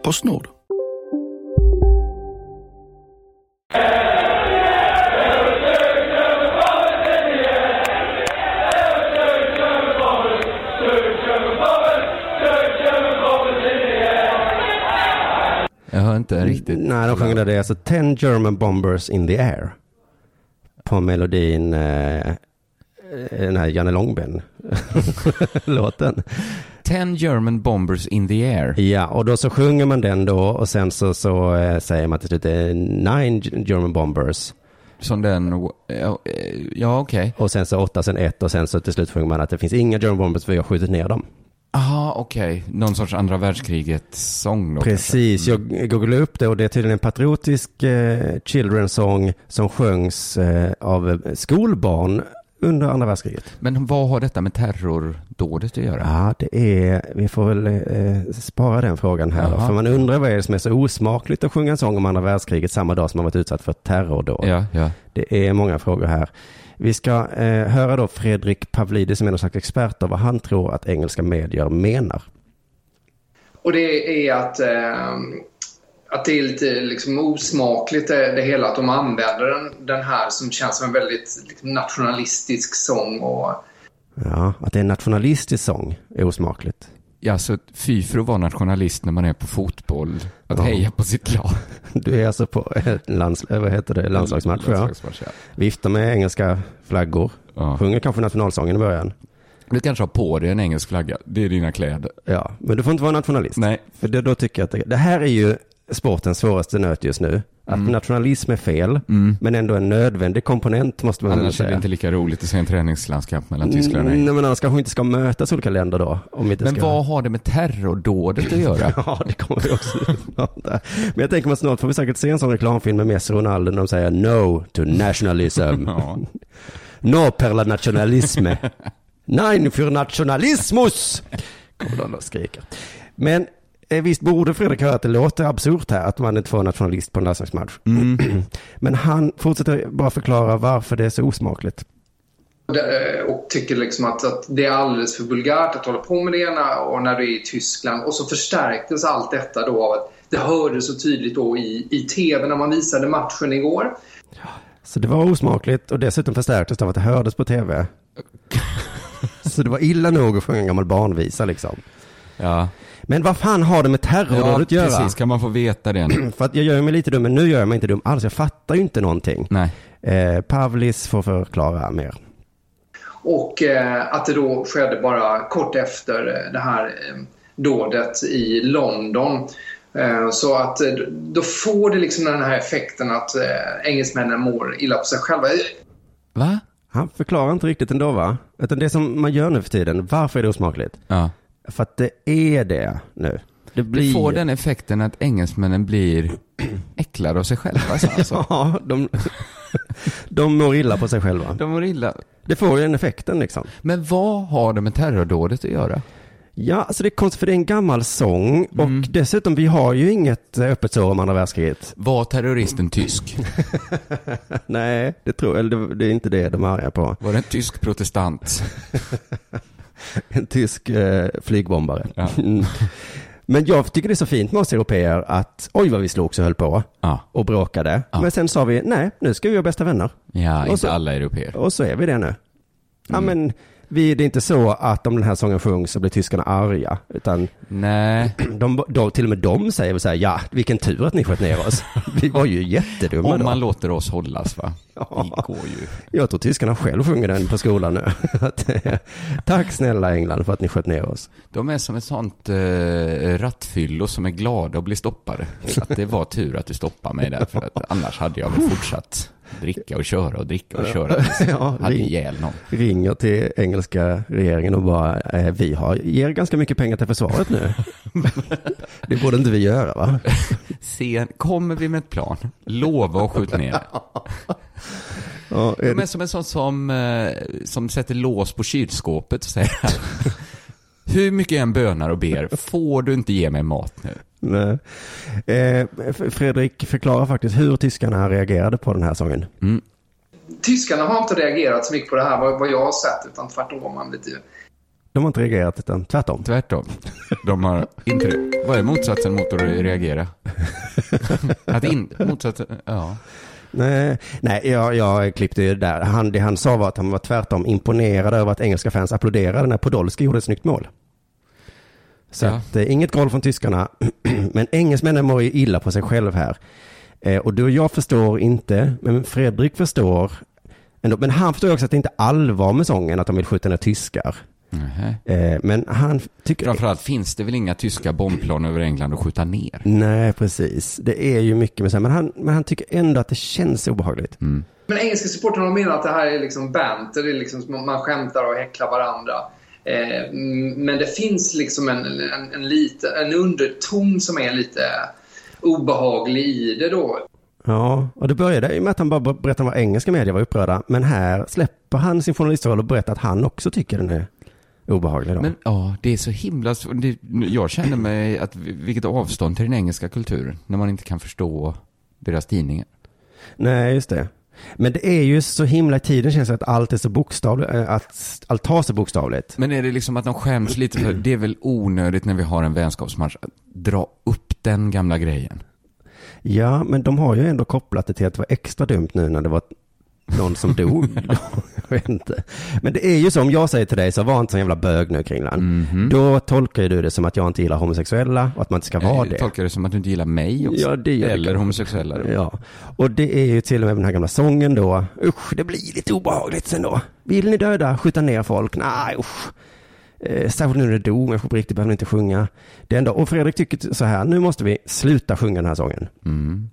Postnord.
jag hör inte riktigt.
Nej, de sjöng där det är alltså 10 German bombers in the air. På melodin, eh, den här Janne Långben låten.
10 German bombers in the air.
Ja, och då så sjunger man den då och sen så, så eh, säger man till slut eh, nine German bombers.
Som den, ja, eh, ja okej.
Och sen så åtta, sen ett och sen så till slut sjunger man att det finns inga German bombers för vi har skjutit ner dem.
Aha, okej. Någon sorts andra världskriget-sång då.
Precis, jag googlade upp det och det är tydligen en patriotisk eh, children's song som sjöngs eh, av eh, skolbarn under andra världskriget.
Men vad har detta med terrordådet att göra?
Ja, det är, vi får väl eh, spara den frågan här. Då,
Jaha.
för man undrar vad är det som är så osmakligt att sjunga en sång om andra världskriget samma dag som man varit utsatt för ett terrordåd.
Ja, ja.
Det är många frågor här. Vi ska eh, höra då Fredrik Pavlidis som är någon slags expert av vad han tror att engelska medier menar.
Och det är att, eh, att det är lite liksom, osmakligt det, det hela att de använder den, den här som känns som en väldigt liksom, nationalistisk sång. Och,
Ja, att det är en nationalistisk sång är osmakligt.
Ja, så fy för att vara nationalist när man är på fotboll. Att
Ja.
heja på sitt lag.
Du är alltså på en lands, eh, vad heter det? landslagsmatch.
Landslagsmatch, ja.
ja. Viftar med engelska flaggor. Sjunger kanske nationalsången i början.
Du kanske har på dig en engelsk flagga. Det är dina kläder.
Ja, men du får inte vara nationalist. Nej. För det, då tycker jag att det, det här är ju sportens svåraste nöt just nu. Att nationalism är fel, men ändå en nödvändig komponent måste man väl
Annars är det
säga.
inte lika roligt att se en träningslandskamp mellan Tyskland och England.
Mm, Nej, men annars kanske inte ska mötas olika länder då. Om vi inte
Men
ska...
vad har det med terrordådet att göra?
ja, det kommer vi också prata. Men jag tänker mig snart får vi säkert se en sån reklamfilm med Messi och Ronaldo när de säger no to nationalism. no per la nationalisme. Nein für nationalismus. Kommer de och skriker. Men eh, visst borde Fredrik höra att det låter absurt här att man inte får en nationalist på en landslagsmatch. Men han fortsätter bara förklara varför det är så osmakligt.
och, det- och tycker liksom att, att det är alldeles för vulgärt att hålla på med det ena och när du är i Tyskland. Och så förstärktes allt detta då av att det hördes så tydligt då i, i TV när man visade matchen igår.
Så det var osmakligt och dessutom förstärktes av att det hördes på tv. Så det var illa nog att sjunga en gammal barnvisa liksom.
Ja.
Men vad fan har det med terrordådet att
ja,
göra?
precis. Kan man få veta det nu?
För att jag gör mig lite dum, men nu gör jag mig inte dum alls. Jag fattar ju inte någonting.
Nej.
Eh, Pavlis får förklara mer.
Och eh, att det då skedde bara kort efter eh, det här eh, dådet i London. Eh, så att eh, då får det liksom den här effekten att eh, engelsmännen mår illa på sig själva. Eh,
Va?
Han förklarar inte riktigt ändå va? Utan det som man gör nu för tiden, varför är det osmakligt?
Ja.
För att det är det nu. Det blir...
Det får den effekten att engelsmännen blir äcklade av sig själva. så Alltså.
ja, de... de mår illa på sig själva.
De mår illa.
Det får ju den effekten liksom.
Men vad har det med terrordådet att göra?
Ja, alltså det är konstigt för det är en gammal sång och
Mm.
dessutom vi har ju inget eh, öppet sår om andra världskriget.
Var terroristen tysk?
Nej, det tror eller det, det är inte det de är arga på.
Var det en tysk protestant?
En tysk eh, flygbombare.
Ja.
Mm. Men jag tycker det är så fint med oss europeer att oj vad vi slogs och höll på och bråkade. Men sen sa vi nej, nu ska vi vara bästa vänner.
Ja,
Och
inte
så-
alla Mm. europeer.
Och så är vi det nu. Ja, men vi, det är inte så att om den här sången sjungs så blir tyskarna arga. Utan
Nej.
De, de, till och med de säger väl så här, ja, vilken tur att ni sköt ner oss. Vi var ju jättedumma
Om
då.
man låter oss hållas va? Det går ju.
Jag tror tyskarna själv sjunger den på skolan nu. Att, eh, Tack snälla England för att ni sköt ner oss.
De är som ett sånt eh, rattfyllo som är glada och blir stoppade. Att det var tur att du stoppade mig där, för att annars hade jag väl fortsatt dricka och köra och dricka och köra.
Ja,
hade
ring.
ihjäl någon.
Ringer till engelska regeringen och bara, eh, vi har, ger ganska mycket pengar till försvaret nu. det borde inte vi göra va?
Sen kommer vi med ett plan, lova och skjut ner.
Ja, är
De är
det,
som en sån som, eh, som sätter lås på kylskåpet och säger hur mycket jag än bönar och ber, får du inte ge mig mat nu?
nej. Eh, F- Fredrik förklarar faktiskt hur tyskarna reagerade på den här sången.
Mm.
Tyskarna har inte reagerat så mycket på det här vad, vad jag har sett utan tvärtom. har Man lite,
De har inte reagerat utan tvärtom.
Tvärtom. De har inte... Vad är motsatsen mot att reagera? Att in, motsatsen, ja.
Nej, nej jag, jag klippte ju det där. Han, det han sa var att han var tvärtom imponerad över att engelska fans applåderade när Podolski gjorde ett snyggt mål. Så
Ja.
att, eh, inget groll från tyskarna, men engelsmännen mår ju illa på sig själv här. Eh, och då jag förstår inte, men Fredrik förstår. Ändå, men han förstår ju också att det inte är allvar med sången, att de vill skjuta ner tyskar.
Nähä.
Eh, men han tycker...
Framförallt finns det väl inga tyska bombplan över England att skjuta ner?
Nej, precis. Det är ju mycket med så här, men han, men han tycker ändå att det känns obehagligt.
Men engelska supportrarna de menar att det här är liksom banter, det är liksom, som man skämtar och häcklar varandra. Eh, m- men det finns liksom en, en, en, lite, en underton som är lite obehaglig i det då.
Ja, och det började ju med att han bara berättade vad engelska medier var upprörda. Men här släpper han sin journalistroll och berättar att han också tycker den är obehaglig. Då.
Men ja, det är så himla sv- det, Jag känner mig att vi- vilket avstånd till den engelska kulturen när man inte kan förstå deras tidningar.
Nej, just det. Men det är ju så himla i tiden känns det att allt är så bokstavligt, eh, att allt tar så bokstavligt.
Men är det liksom att de skäms lite för, det är väl onödigt när vi har en vänskapsmatch, att dra upp den gamla grejen.
Ja, men de har ju ändå kopplat det till att det var extra dumt nu när det var någon som dog. jag vet inte. Men det är ju så, om jag säger till dig så var inte sån jävla bög nu Kringland.
Mhm.
Då tolkar ju du det som att jag inte gillar homosexuella och att man inte ska vara
Jag
det.
tolkar det som att du inte gillar mig också.
Ja, det gör jag.
Eller homosexuella. då.
Ja, och det är ju till och med den här gamla sången då. Usch, det blir lite obehagligt sen då. Vill ni döda, skjuta ner folk? Nej, usch. Eh, särskilt nu när det dog, människor på riktigt behöver inte sjunga. Det enda, och Fredrik tycker så här, nu måste vi sluta sjunga den här sången.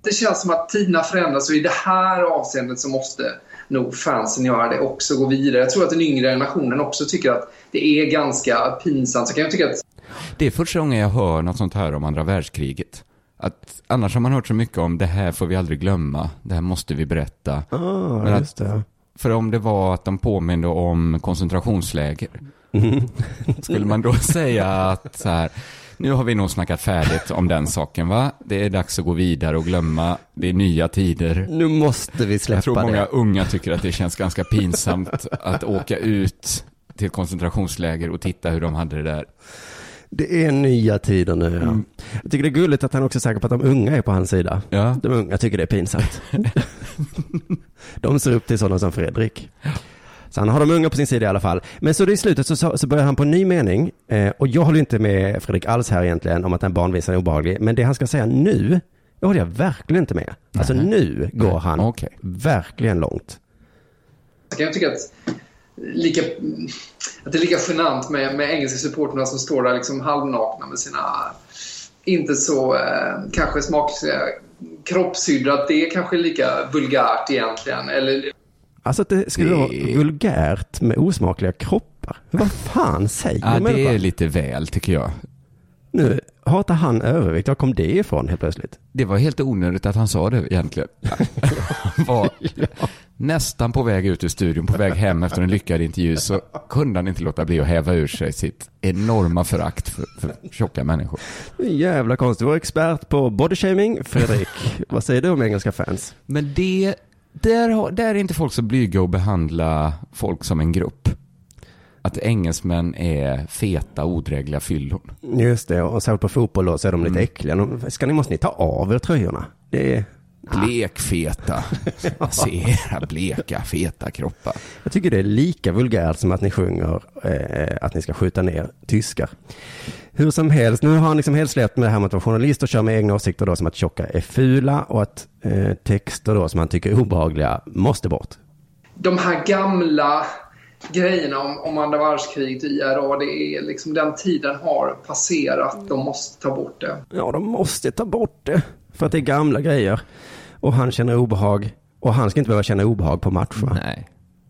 Det känns som att tiderna förändras och i det här avseendet så måste nog fansen göra det också, gå vidare. Jag tror att den yngre generationen också tycker att det är ganska pinsamt. Så kan jag tycka att
Det är första gången jag hör något sånt här om andra världskriget. Att annars har man hört så mycket om det här får vi aldrig glömma, det här måste vi berätta.
Ah,
Men att-
just det.
För om det var att de påminde om koncentrationsläger, skulle man då säga att så här, nu har vi nog snackat färdigt om den saken va? Det är dags att gå vidare och glömma, det är nya tider.
Nu måste vi släppa
Jag tror många
det.
unga tycker att det känns ganska pinsamt att åka ut till koncentrationsläger och titta hur de hade det där.
Det är nya tider nu. Ja. Mm. Jag tycker det är gulligt att han också är säker på att de unga är på hans sida. De unga tycker det är pinsamt. de ser upp till sådana som Fredrik. Så han har de unga på sin sida i alla fall. Men så det i slutet så- så, så börjar han på en ny mening. Eh, och jag håller inte med Fredrik alls här egentligen om att den barnvisan är obehaglig. Men det han ska säga nu, det håller jag verkligen inte med. Alltså nu går han verkligen långt.
Så kan jag tycka att, lika, att det är lika genant med, med engelska supporterna som står där liksom halvnakna med sina inte så eh, kanske smakliga kroppshydror. Att det är kanske lika vulgärt egentligen. Eller,
Alltså att det skulle vara vulgärt med osmakliga kroppar. Vad fan säger
Ja,
man?
det är lite väl tycker jag.
Nu hatar han övervikt. Var kom det ifrån helt plötsligt?
Det var helt onödigt att han sa det egentligen. Han var nästan på väg ut ur studion, på väg hem efter en lyckad intervju, så kunde han inte låta bli att häva ur sig sitt enorma förakt för, för tjocka människor.
Jävla konstigt. Vår expert på bodyshaming, Fredrik. vad säger du om engelska fans?
Men det, där, har- där är inte folk så blyga att behandla folk som en grupp. Att engelsmän är feta, odrägliga fyllon.
Just det, och särskilt på fotboll då så är de lite äckliga. De- Ska ni, måste ni ta av er tröjorna? Det är...
Ah. Blekfeta. Se era bleka, feta kroppar.
Jag tycker det är lika vulgärt som att ni sjunger eh, att ni ska skjuta ner tyskar. Hur som helst, nu har han liksom helt släppt med det här med att vara journalist och kör med egna åsikter då som att tjocka är fula och att eh, texter då som han tycker är obehagliga måste bort.
de här gamla grejerna om, om andra världskriget och IRA, det är liksom den tiden har passerat. De måste ta bort det.
Ja, de måste ta bort det. För att det är gamla grejer. Och han känner obehag. Och han ska inte behöva känna obehag på match va?
Nej.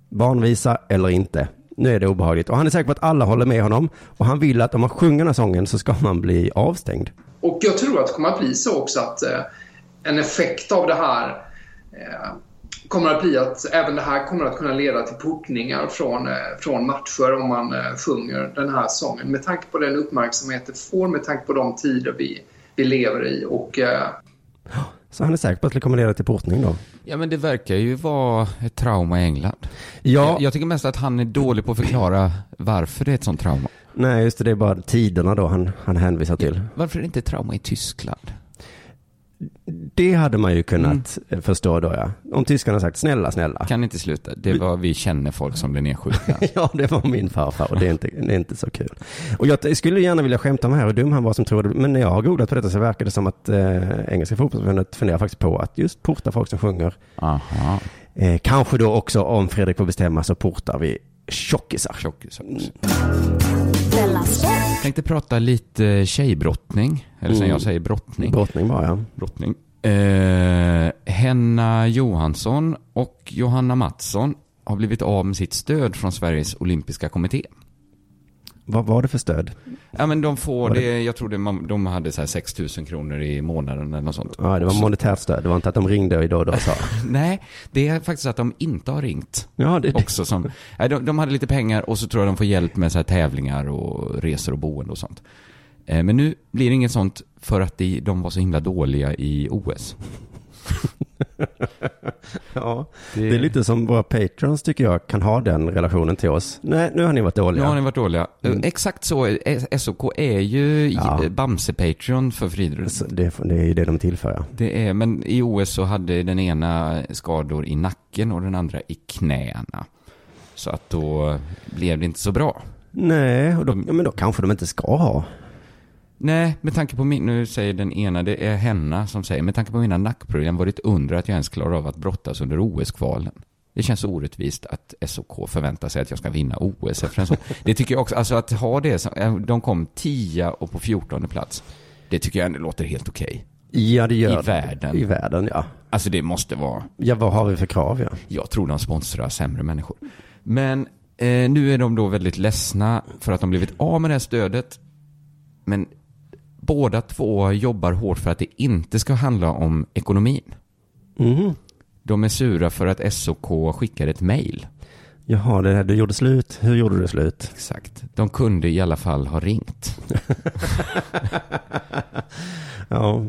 Barnvisa eller inte. Nu är det obehagligt. Och han är säker på att alla håller med honom. Och han vill att om man sjunger den här sången så ska man bli avstängd.
Och jag tror att det kommer att bli så också att eh, en effekt av det här eh, kommer att bli att även det här kommer att kunna leda till portningar från, eh, från matcher om man eh, sjunger den här sången. Med tanke på den uppmärksamhet det får, med tanke på de tider vi, vi lever i. Och, eh,
Så han är säker på att det kommer leda till portning då.
Ja men det verkar ju vara ett trauma i England.
Ja.
Jag, jag tycker mest att han är dålig på att förklara varför det är ett sånt trauma.
Nej, just det. Det är bara tiderna då han, han hänvisar till.
Varför är det inte ett trauma i Tyskland?
Det hade man ju kunnat eh, förstå då ja. Om tyskarna sagt snälla, snälla.
Kan inte sluta. Det var vi känner folk som blir nedskjutna.
ja, det var min farfar och det är inte, det är inte så kul. Och jag t- skulle gärna vilja skämta om här hur dum han var som trodde, men när jag har googlat på detta så verkar det som att eh, Engelska fotbollsförbundet funderar faktiskt på att just porta folk som sjunger. Eh, kanske då också om Fredrik får bestämma så portar vi tjockisar.
Mm.
Della Sport.
Jag tänkte prata lite tjejbrottning, eller som
Mm.
jag säger brottning.
Brottning bara ja.
Brottning. Eh, Henna Johansson och Johanna Mattsson har blivit av med sitt stöd från Sveriges olympiska kommitté.
Vad var det för stöd?
Ja men de får det, jag tror det, man- de hade så här 6 000 kronor i månaden eller något sånt.
Ja, det var
Så-
monetärt stöd. Det var inte att de ringde idag och då och sa.
Nej, det är faktiskt att de inte har ringt. också som, nej, de, de hade lite pengar och så tror jag de får hjälp med så här tävlingar och resor och boende och sånt. Eh, men nu blir det inget sånt för att de, de var så himla dåliga i OS.
ja, det... är lite som våra patrons tycker jag kan ha den relationen till oss. Nej, nu har ni varit dåliga.
Nu har ni varit dåliga. Eh,
Mm.
Exakt så, är- SOK är ju
Ja.
eh, Bamse-Patreon för friidrott.
Det, det är ju det de tillför. ja.
Det är, men i OS så hade den ena skador i nacken och den andra i knäna. Så att då blev det inte så bra.
Nej, och då,
Mm.
ja, men då kanske de inte ska ha.
Nej, med tanke på min, nu säger den ena, det är henna som säger, med tanke på mina nackproblem var det ett under att jag ens klarar av att brottas under OS-kvalen. Det känns orättvist att SOK förväntar sig att jag ska vinna OS efter en sån. Det tycker jag också, alltså att ha det som, de kom tia och på fjortonde plats. Det tycker jag ändå låter helt okej.
Ja, det gör
I världen.
I världen, ja.
Alltså det måste vara...
Ja, vad har vi för krav, ja?
Jag tror de sponsrar sämre människor. Men eh, nu är de då väldigt ledsna för att de blivit av med det här stödet. Men båda två jobbar hårt för att det inte ska handla om ekonomin. De är sura för att SOK skickade ett mejl.
Jaha, det här, du gjorde slut. Hur gjorde du slut?
Exakt. De kunde i alla fall ha ringt.
ja.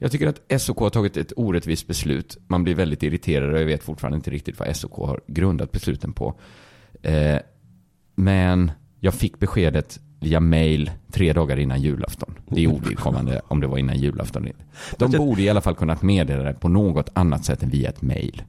Jag tycker att SOK har tagit ett orättvist beslut. Man blir väldigt irriterad och jag vet fortfarande inte riktigt vad SOK har grundat besluten på. Eh, men jag fick beskedet via mail tre dagar innan julafton. Det är ovidkommande om det var innan julafton. De borde i alla fall kunnat meddela det på något annat sätt än via ett mail.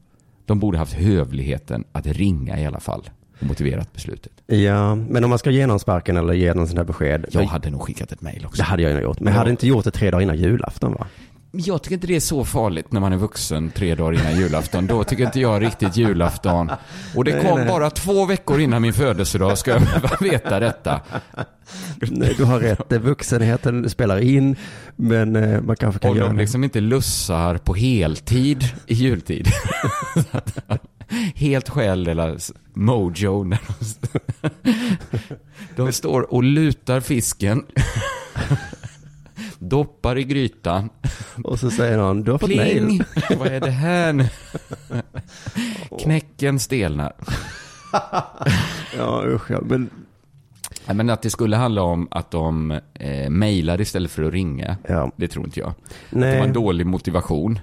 De borde haft hövligheten att ringa i alla fall och motiverat beslutet.
Ja, men om man ska ge någon sparken eller ge någon sån här besked.
Jag hade nog skickat ett mejl också.
Det hade jag nog gjort. Men jag hade inte gjort det tre dagar innan julafton, va?
Jag tycker inte det är så farligt när man är vuxen tre dagar innan julafton. Då tycker inte jag riktigt julafton. Och det
Nej,
kom
nej.
bara två veckor innan min födelsedag ska jag behöva veta detta.
Nej, du har rätt. Vuxenheten spelar in, men eh, man kanske kan
Och
göra
de liksom inte lussar på heltid i jultid. Så att de Helt själv eller s- mojo. När de, s- de står och lutar fisken. Doppar i grytan.
Och så säger någon, du har fått
Pling!
mail.
Vad är det här nu? Knäcken stelnar.
ja, usch ja, men...
Nej, men att det skulle handla om att de eh, mejlade istället för att ringa, det tror inte jag. Att
Nej.
det var en dålig motivation.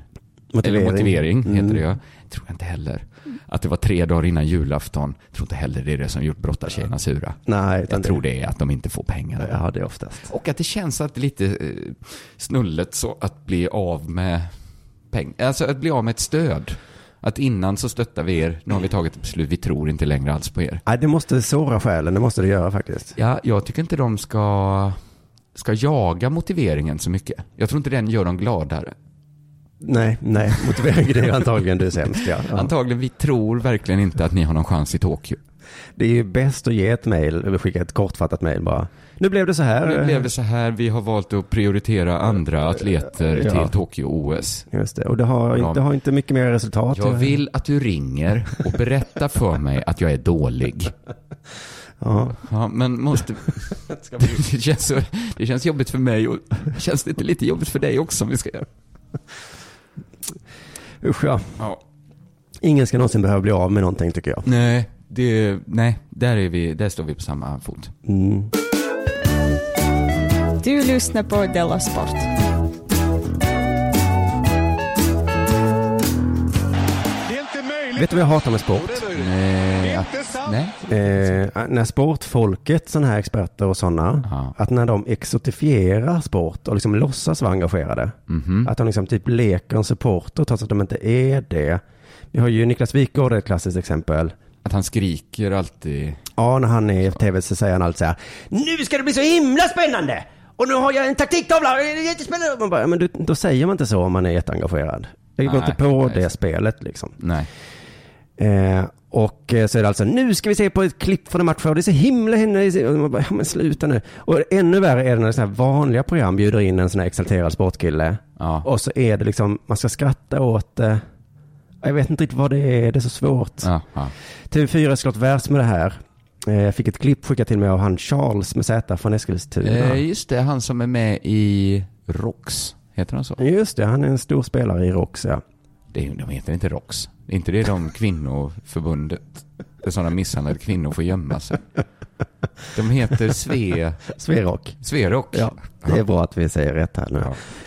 Motivering.
Eller motivering, heter
Mm.
det ja. Tror jag inte heller. Att det var tre dagar innan julafton, tror inte heller det är det som gjort brottartjejerna sura.
Nej, utan
jag tror det är att de inte får pengar.
Ja, det är oftast.
Och att det känns att det är lite eh, snullet så att bli av med pengar. Alltså att bli av med ett stöd. Att innan så stöttar vi er, nu har vi tagit ett beslut, vi tror inte längre alls på er.
Nej, det måste såra själen, det måste det göra faktiskt.
Ja, jag tycker inte de ska, ska jaga motiveringen så mycket. Jag tror inte den gör dem gladare.
Nej, nej, motiveringen är antagligen du är sämst. Ja. Ja.
Antagligen, vi tror verkligen inte att ni har någon chans i Tokyo.
Det är ju bäst att ge ett mejl, eller skicka ett kortfattat mejl bara. Nu blev det så här.
Nu blev det så här, vi har valt att prioritera andra atleter
Ja.
till Tokyo-OS.
Just det, och det har,
Ja.
inte, har inte mycket mer resultat.
Jag vill att du ringer och berättar för mig att jag är dålig.
Ja.
Ja, men måste... Det känns, så, det känns jobbigt för mig och känns det inte lite jobbigt för dig också om vi ska göra?
Usch ja.
Ja.
Ingen ska någonsin behöva bli av med någonting tycker jag.
Nej, det, nej där, är vi, där står vi på samma fot.
Mm.
Du lyssnar på Della Sport.
Vet du vad jag hatar med sport?
Nej. nej.
Eh, när sportfolket, sådana här experter och sådana, att när de exotifierar sport och liksom låtsas vara engagerade,
Mhm.
att de liksom typ leker en supporter trots att de inte är det. Vi har ju Niklas Wikgård är ett klassiskt exempel.
Att han skriker alltid.
Ja, när han är i tv så säger han alltid så här, Nu ska det bli så himla spännande! Och nu har jag en taktiktavla! Det är jättespännande! Man bara, "Ja, men du, då säger man inte så om man är jätteengagerad. Det går
Nej,
inte på det spelet liksom.
Nej.
Eh, och eh, så är det alltså, nu ska vi se på ett klipp från en match och det är så himla himla... Och man bara, "Ja, men sluta nu. Och ännu värre är det när sådana här vanliga program bjuder in en sån här exalterad sportkille. Och så är det liksom, man ska skratta åt eh, det. Jag vet inte riktigt vad det är, det är så svårt.
Ja, ja.
TV4 är såklart värst med det här. Eh, Jag fick ett klipp skickat till mig av han Charles med Z från Eskilstuna.
Eh, just det, han som är med i Rox. Heter han så?
Just det, han är en stor spelare i Rox, ja.
Det är, de heter inte Rox. Det är inte det de kvinnoförbundet, där sådana misshandlade kvinnor får gömma sig. De heter Sve...
Sverok.
Sverok.
Ja, det är bra att vi säger rätt här nu.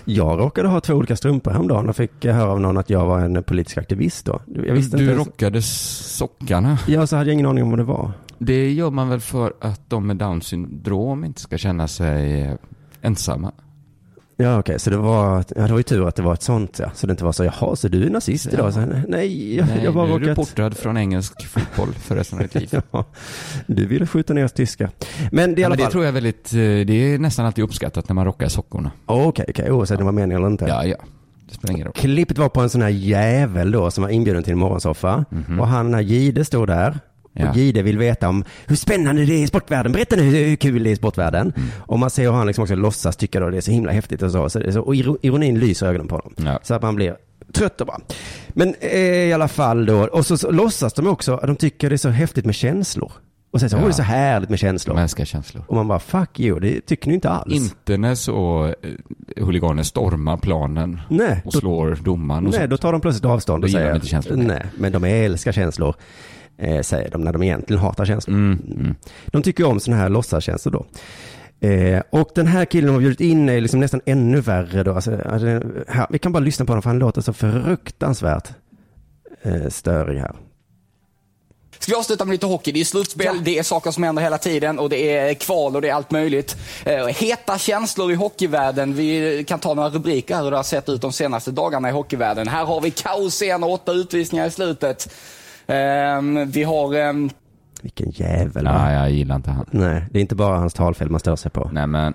Jag råkade ha två olika strumpor häromdagen och fick höra av någon att jag var en politisk aktivist då. Jag visste
du
inte ens-
rockade sockarna.
Ja, så hade jag ingen aning om vad det var.
Det gör man väl för att de med down syndrom inte ska känna sig eh, ensamma.
Ja, okej, så det var, ja, det var ju tur att det var ett sånt, ja. Så det inte var så, jaha, så du är nazist idag? Så, nej, jag, jag bara
nu är du
råkat...
portad från engelsk fotboll för resten av ditt liv.
ja, du ville skjuta ner oss tyska. Men det, är i
Ja,
alla
men det
fall...
tror jag är väldigt, eh, det är nästan alltid uppskattat när man rockar sockorna.
Okej, okej, oavsett om det var meningen eller inte.
Ja, ja. Det spelar ingen roll.
Klippet var på en sån här jävel då som var inbjuden till en morgonsoffa. Och han, den här Gide står där.
Mhm. Ja.
Och Gide vill veta om hur spännande det är i sportvärlden. Berätta nu hur hur kul det är i sportvärlden.
Mm.
Och man ser hur han liksom också låtsas tycka då det är så himla häftigt och så. så, det är så och iro- ironin lyser i ögonen på honom. Så att man blir trött och bara. Men eh, i alla fall då. Och så, så låtsas de också att de tycker det är så häftigt med känslor. Och säger så,
Ja.
åh det är så härligt med känslor.
De älskar känslor.
Och man bara, fuck you, det tycker ni inte alls.
Inte när så eh, huliganer stormar planen
Nej,
och
då-
slår domaren och
Nej,
sånt.
då tar de plötsligt avstånd
Då
och
gillar
säger...
de inte känslor.
Nej, men de älskar känslor, eh, säger de, när de egentligen hatar känslor.
Mm,
Mm. De tycker ju om sådana här låtsaskänslor då. Eh, och den här killen de har bjudit in är liksom nästan ännu värre då. Alltså, eh, den- här, vi kan bara lyssna på honom för han låter så fruktansvärt eh, störig här.
Ska vi avsluta med lite hockey? Det är slutspel, det är saker som händer hela tiden och det är kval och det är allt möjligt. Eh, heta känslor i hockeyvärlden. Vi kan ta några rubriker här hur det har sett ut de senaste dagarna i hockeyvärlden. Här har vi kaosscener, åtta utvisningar i slutet. Ehm, vi har... ehm,
Vilken jävel.
Nej, jag gillar inte han.
Nej, det är inte bara hans talfel man stör sig på.
Nej, men...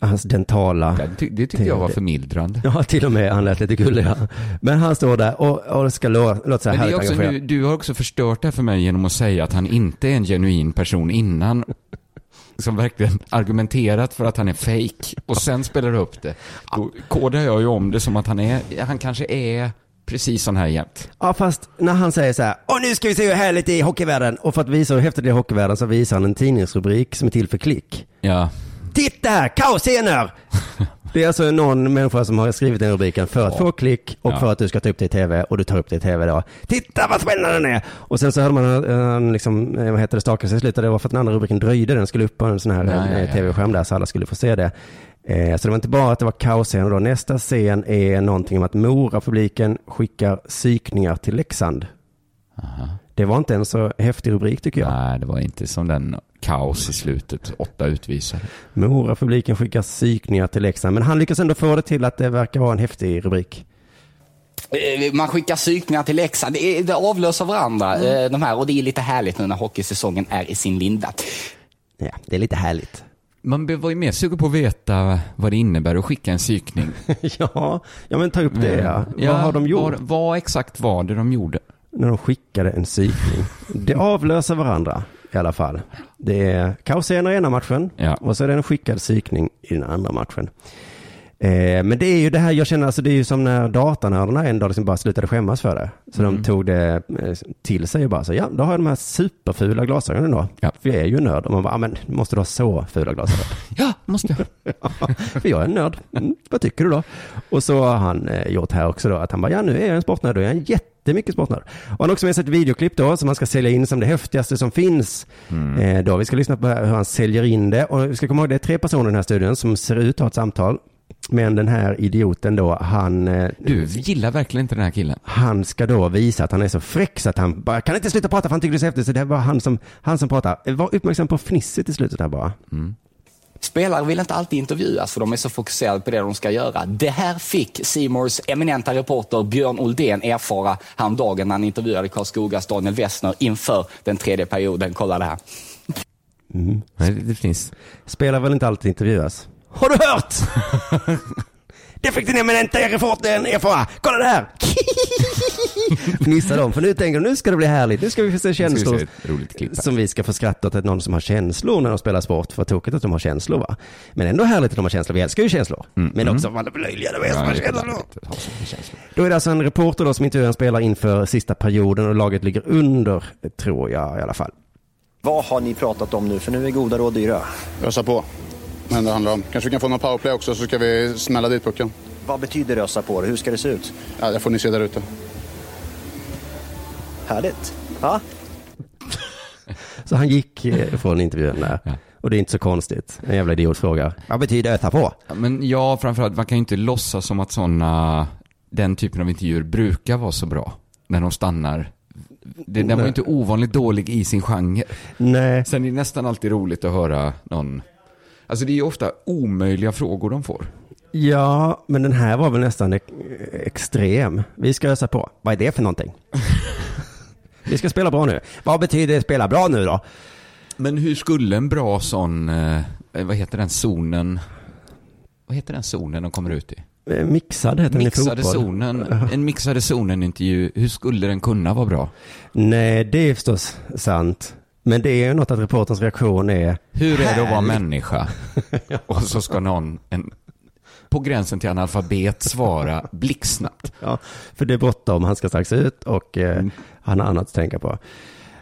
Hans dentala.
Det, ty- det tyckte jag var förmildrande.
Ja, till och med. Han lät lite gullig. ja. Men han står där och, och ska lå- låta så här
Men det är
härligt
också,
engagerad.
nu, du har också förstört det här för mig genom att säga att han inte är en genuin person innan. Som verkligen argumenterat för att han är fake och sen spelar du upp det. Då kodar jag ju om det som att han är, han kanske är precis sån här jämt.
Ja fast när han säger så här, och nu ska vi se hur härligt det är i hockeyvärlden. Och för att visa hur häftigt det är i hockeyvärlden så visar han en tidningsrubrik som är till för klick.
Ja.
Titta här, kaosscener! Det är alltså någon människa som har skrivit den rubriken för att få klick och
Ja.
för att du ska ta upp det i tv och du tar upp det i tv då. Titta vad spännande den är! Och sen så hörde man eh, han liksom, eh, vad heter det, stakade sig i slutet. Det var för att den andra rubriken dröjde. Den skulle upp på en sån här
Ja, ja, ja.
eh, tv-skärm där så alla skulle få se det. Eh, Så det var inte bara att det var kaosscener då. Nästa scen är någonting om att Mora-publiken skickar psykningar till Leksand. Det var inte en så häftig rubrik tycker jag.
Nej, det var inte som den kaos i slutet, åtta utvisade.
Mora-publiken skickar psykningar till Leksand. Men han lyckas ändå få det till att det verkar vara en häftig rubrik.
Eh, Man skickar psykningar till Leksand. Det, är- det avlöser varandra,
Mm.
eh, de här. Och det är lite härligt nu när hockeysäsongen är i sin linda.
Ja, det är lite härligt.
Man be- var ju mer sugen på att veta vad det innebär att skicka en psykning.
ja, ja, men ta upp det. Ja.
Mm.
Vad har de gjort?
Vad, vad exakt var det de gjorde?
När de skickade en psykning. Det avlöser varandra i alla fall. Det är kaosscener i ena matchen och så är det en skickad psykning i den andra matchen. Eh, men det är ju det här, jag känner alltså det är ju som när datanördarna en dag liksom bara slutade skämmas för det. Så de tog det eh, till sig och bara så, ja, då har jag de här superfula glasögonen då. För jag är ju nörd. Och man bara, "Ah, men måste du ha så fula glasögon?
Ja, måste jag.
För jag är en nörd. Mm, vad tycker du då? Och så har han eh, gjort här också då, att han bara, ja nu är jag en sportnörd och jag är en jättemycket sportnörd. Och han har också med sig ett videoklipp då, som han ska sälja in som det häftigaste som finns. Eh, då vi ska lyssna på hur han säljer in det. Och vi ska komma ihåg, det är tre personer i den här studion som ser ut att ha ett samtal. Men den här idioten då, han... eh,
Du gillar verkligen inte den här killen.
Han ska då visa att han är så fräck så att han bara, kan inte sluta prata för han tycker det är så häftigt. Så det var han som, han som pratade. Var uppmärksam på fnisset i slutet här bara.
Spelare vill inte alltid intervjuas för de är så fokuserade på det de ska göra. Det här fick Simors eminenta reporter Björn Oldén erfara häromdagen när han intervjuade Karlskogas Daniel Westner inför den tredje perioden. Kolla det här.
Mm.
Nej, det finns.
Spelar väl inte alltid intervjuas? Har du hört? det fick den eminenta reportern erfara. Kolla det här! Fnissar de, för nu tänker de nu ska det bli härligt. Nu ska vi få se
Nu ska vi
känslor.
se ett roligt klipp här.
som vi ska få skratta åt att någon som har känslor när de spelar sport. För tokigt att de har känslor va? Men ändå härligt att de har känslor. Vi älskar ju känslor.
Mm,
Men också vad alla löjliga de är som har känslor. Då är det alltså en reporter då som intervjuar en spelare inför sista perioden och laget ligger under, tror jag i alla fall.
Vad har ni pratat om nu? För nu är goda råd dyra.
Ösa på. Men det handlar om. Kanske vi kan få någon powerplay också så ska vi smälla dit pucken.
Vad betyder ösa på? Hur ska det se ut?
Ja, det får ni se där ute.
Härligt. Ja.
Så han gick eh, från intervjun där. Och det är inte så konstigt. En jävla idiot frågar. Vad betyder öta på?
Ja, Men ja, framförallt, man kan ju inte låtsas som att sådana, den typen av intervjuer brukar vara så bra. När de stannar. Det, den var ju inte ovanligt dålig i sin genre.
Nej.
Sen är det nästan alltid roligt att höra någon, alltså det är ju ofta omöjliga frågor de får.
Ja, men den här var väl nästan ex- extrem. Vi ska ösa på. Vad är det för någonting? Vi ska spela bra nu. Vad betyder spela bra nu då?
Men hur skulle en bra sån, eh, vad heter den zonen, vad heter den zonen de kommer ut i?
Eh, Mixad heter den i
Mixade
fotboll.
zonen, en mixade zonen-intervju, hur skulle den kunna vara bra?
Nej, det är förstås sant. Men det är ju något att reporterns reaktion är...
Hur är det att vara
"Härligt."
människa? Och så ska någon, en, på gränsen till analfabet, svara blixtsnabbt.
Ja, för det är bråttom, han ska strax ut och eh,
Mm.
han har annat att tänka på.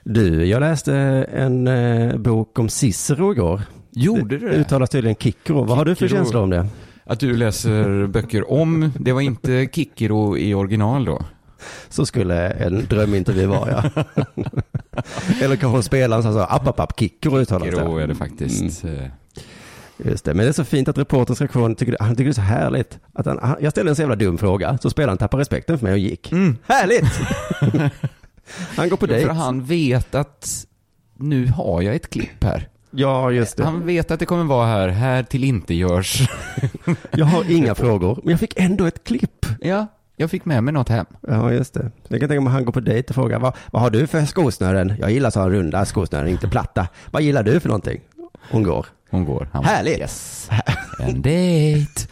Du, jag läste en eh, bok om Cicero igår.
Gjorde du det?
Uttalas tydligen Kikro. Vad har du för
Kikro.
känsla om det?
Att du läser böcker om, det var inte Kikiro i original då?
Så skulle en drömintervju vara, ja. Eller kanske spelaren som sa app, app, app, Kikro uttalas
Kikro är det faktiskt.
Mm.
eh,
Just det, men det är så fint att reporterns reaktion, tycker, han tycker det är så härligt. Att han, han, jag ställde en så jävla dum fråga, så spelaren tappade respekten för mig och gick. Härligt! han går på
Ja,
dejt.
Mm. För han vet att nu har jag ett klipp här.
Ja, just det.
Han vet att det kommer vara här, här till inte görs.
Jag har inga frågor, men jag fick ändå ett klipp.
Ja, jag fick med mig något hem.
Ja, just det. Jag kan tänka mig att han går på dejt och frågar, vad, vad har du för skosnören? Jag gillar sådana runda skosnören, inte platta. Vad gillar du för någonting? Hon går.
Hon går. Han bara,
Härligt!
Yes. En dejt.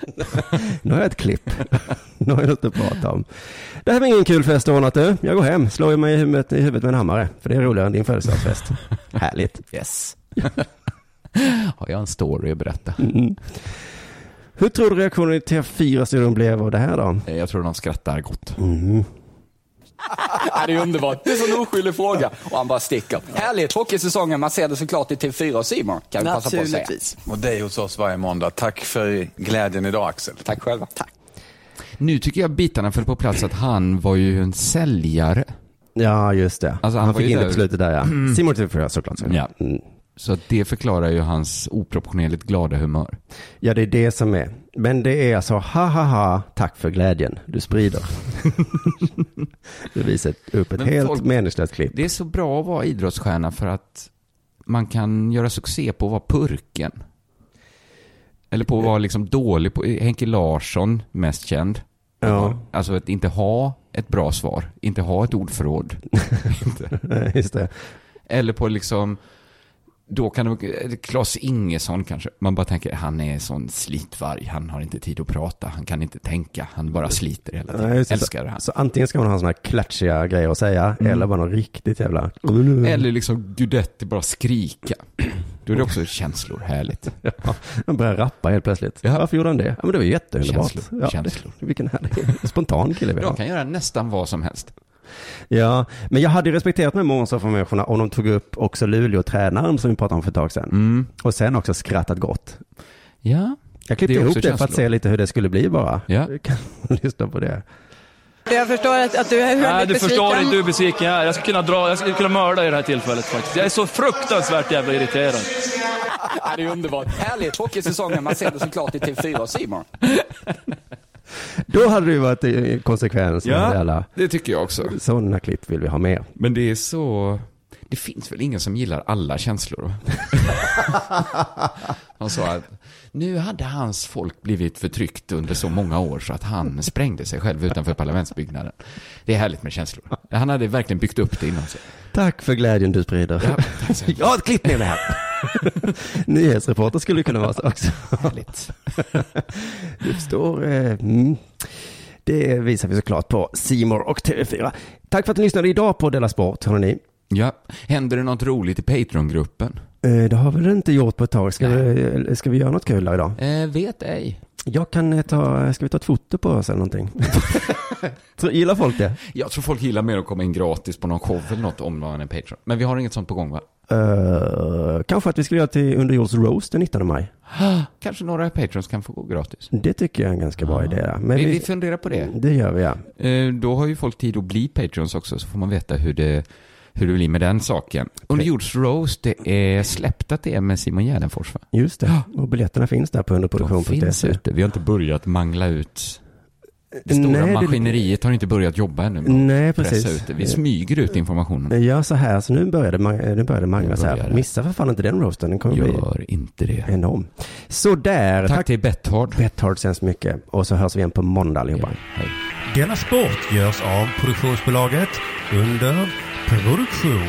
nu har jag ett klipp. nu har jag något att prata om. Det här var ingen kul fest ordnat du. Jag går hem, slår mig i huvudet, i huvudet med en hammare. För det är roligare än din födelsedagsfest. Härligt.
Yes. Har jag en story att berätta?
Mm. Hur tror du reaktionen i TV4-studion blev av det här då?
Eh, Jag tror de skrattar gott.
Mm.
Ja, det är underbart. Det är en sån oskyldig fråga. Och han bara sticker. Härligt. Hockeysäsongen. Man ser det såklart i TV4 och C More, Kan vi passa på att säga.
Och dig hos oss varje måndag. Tack för glädjen idag Axel.
Tack själva. Tack.
Nu tycker jag bitarna föll på plats att han var ju en säljare.
Ja, just det.
Alltså, han
han
var
fick
ju
in det
där.
på slutet där ja.
Mm.
Simon TV4 såklart.
Ja.
Mm.
Så att det förklarar ju hans oproportionerligt glada humör.
Ja, det är det som är. Men det är alltså ha ha ha, tack för glädjen du sprider. du visar upp ett
Men
helt
folk-
meningslöst klipp.
Det är så bra att vara idrottsstjärna för att man kan göra succé på att vara purken. Eller på att vara liksom dålig på, Henke Larsson, mest känd.
Ja.
Alltså att inte ha ett bra svar, inte ha ett ordförråd. inte.
Nej, Just det.
Eller på liksom, då kan det, Klas Ingesson kanske. Man bara tänker, han är en sån slitvarg, han har inte tid att prata, han kan inte tänka, han bara sliter hela tiden.
Nej, just det.
Älskar det.
Så, så antingen ska man ha sådana här klatschiga grejer att säga,
Mm.
eller bara något riktigt jävla...
Eller liksom Guidetti bara skrika. Då är det också känslor, härligt.
Ja, han börjar rappa helt plötsligt. Varför gjorde han det? Ja, men det var ju jätteunderbart.
Känslor,
ja,
känslor.
Det, vilken härlig, spontan kille vi har.
De kan göra nästan vad som helst.
Ja, men jag hade ju respekterat med morgonsoffamänniskorna om de tog upp också Luleå-tränaren som vi pratade om för ett tag sedan.
Mm.
Och sen också skrattat gott.
Ja.
Jag klippte
Det är
ihop det
också
för att
känslor.
se lite hur det skulle bli bara.
Ja.
Du kan lyssna på det.
Jag förstår att, att du är väldigt
Nej, du
besviken.
förstår inte hur besviken jag är. Jag skulle kunna dra, jag skulle kunna mörda i det här tillfället faktiskt. Jag är så fruktansvärt jävla irriterad.
Ja, det är underbart. Härligt. Hockeysäsongen. Man ser det såklart i TV4 och C More.
Då hade det ju varit eh, konsekvens med
Ja,
alla.
det tycker jag också.
Sådana klipp vill vi ha med.
Men det är så... Det finns väl ingen som gillar alla känslor? va? Han sa att nu hade hans folk blivit förtryckt under så många år så att han sprängde sig själv utanför parlamentsbyggnaden. Det är härligt med känslor. Han hade verkligen byggt upp det inom sig.
Tack för glädjen du sprider.
Ja, tack så mycket.
jag har ett klipp med mig här. Nyhetsreporter skulle kunna vara så också.
Härligt.
du förstår. eh, Mm. Det visar vi såklart på Simor och TV4. Tack för att ni lyssnade idag på Della Sport, hörni.
Ja, händer det något roligt i Patreon-gruppen?
Eh, Det har vi väl inte gjort på ett tag. Ska, vi, eh, ska vi göra något kul här idag?
Eh, vet ej.
Jag kan eh, ta, ska vi ta ett foto på oss eller någonting? Tror- Gillar folk det?
Jag tror folk gillar mer att komma in gratis på någon show eller något om man är Patreon. Men vi har inget sånt på gång va?
Eh, kanske att vi skulle göra till Underjords Roast den 19 maj.
Kanske några patrons kan få gå gratis.
Det tycker jag är en ganska bra idé. ja.
Vi- Ah. vi funderar på det.
Det gör vi, ja.
Eh, Då har ju folk tid att bli patrons också, så får man veta hur det, hur det blir med den saken. Underjords Roast, det är släppt att det är med Simon Gärdenfors va?
Just det. Och biljetterna finns där på
De finns
underproduktion.se.
ute. Vi har inte börjat mangla ut. Det stora
Nej, det-
maskineriet har inte börjat jobba ännu. med att
Nej,
pressa
precis.
Ut det. Vi smyger ut informationen.
Men Gör så här, så nu började, Mag- nu började Magnus här. Missa för fan inte den roasten, den kommer Gör
bli inte det.
enorm. Så där. Tack,
till Betthard.
Betthard så hemskt mycket. Och så hörs vi igen på måndag allihopa.
Denna sport görs av produktionsbolaget under produktion.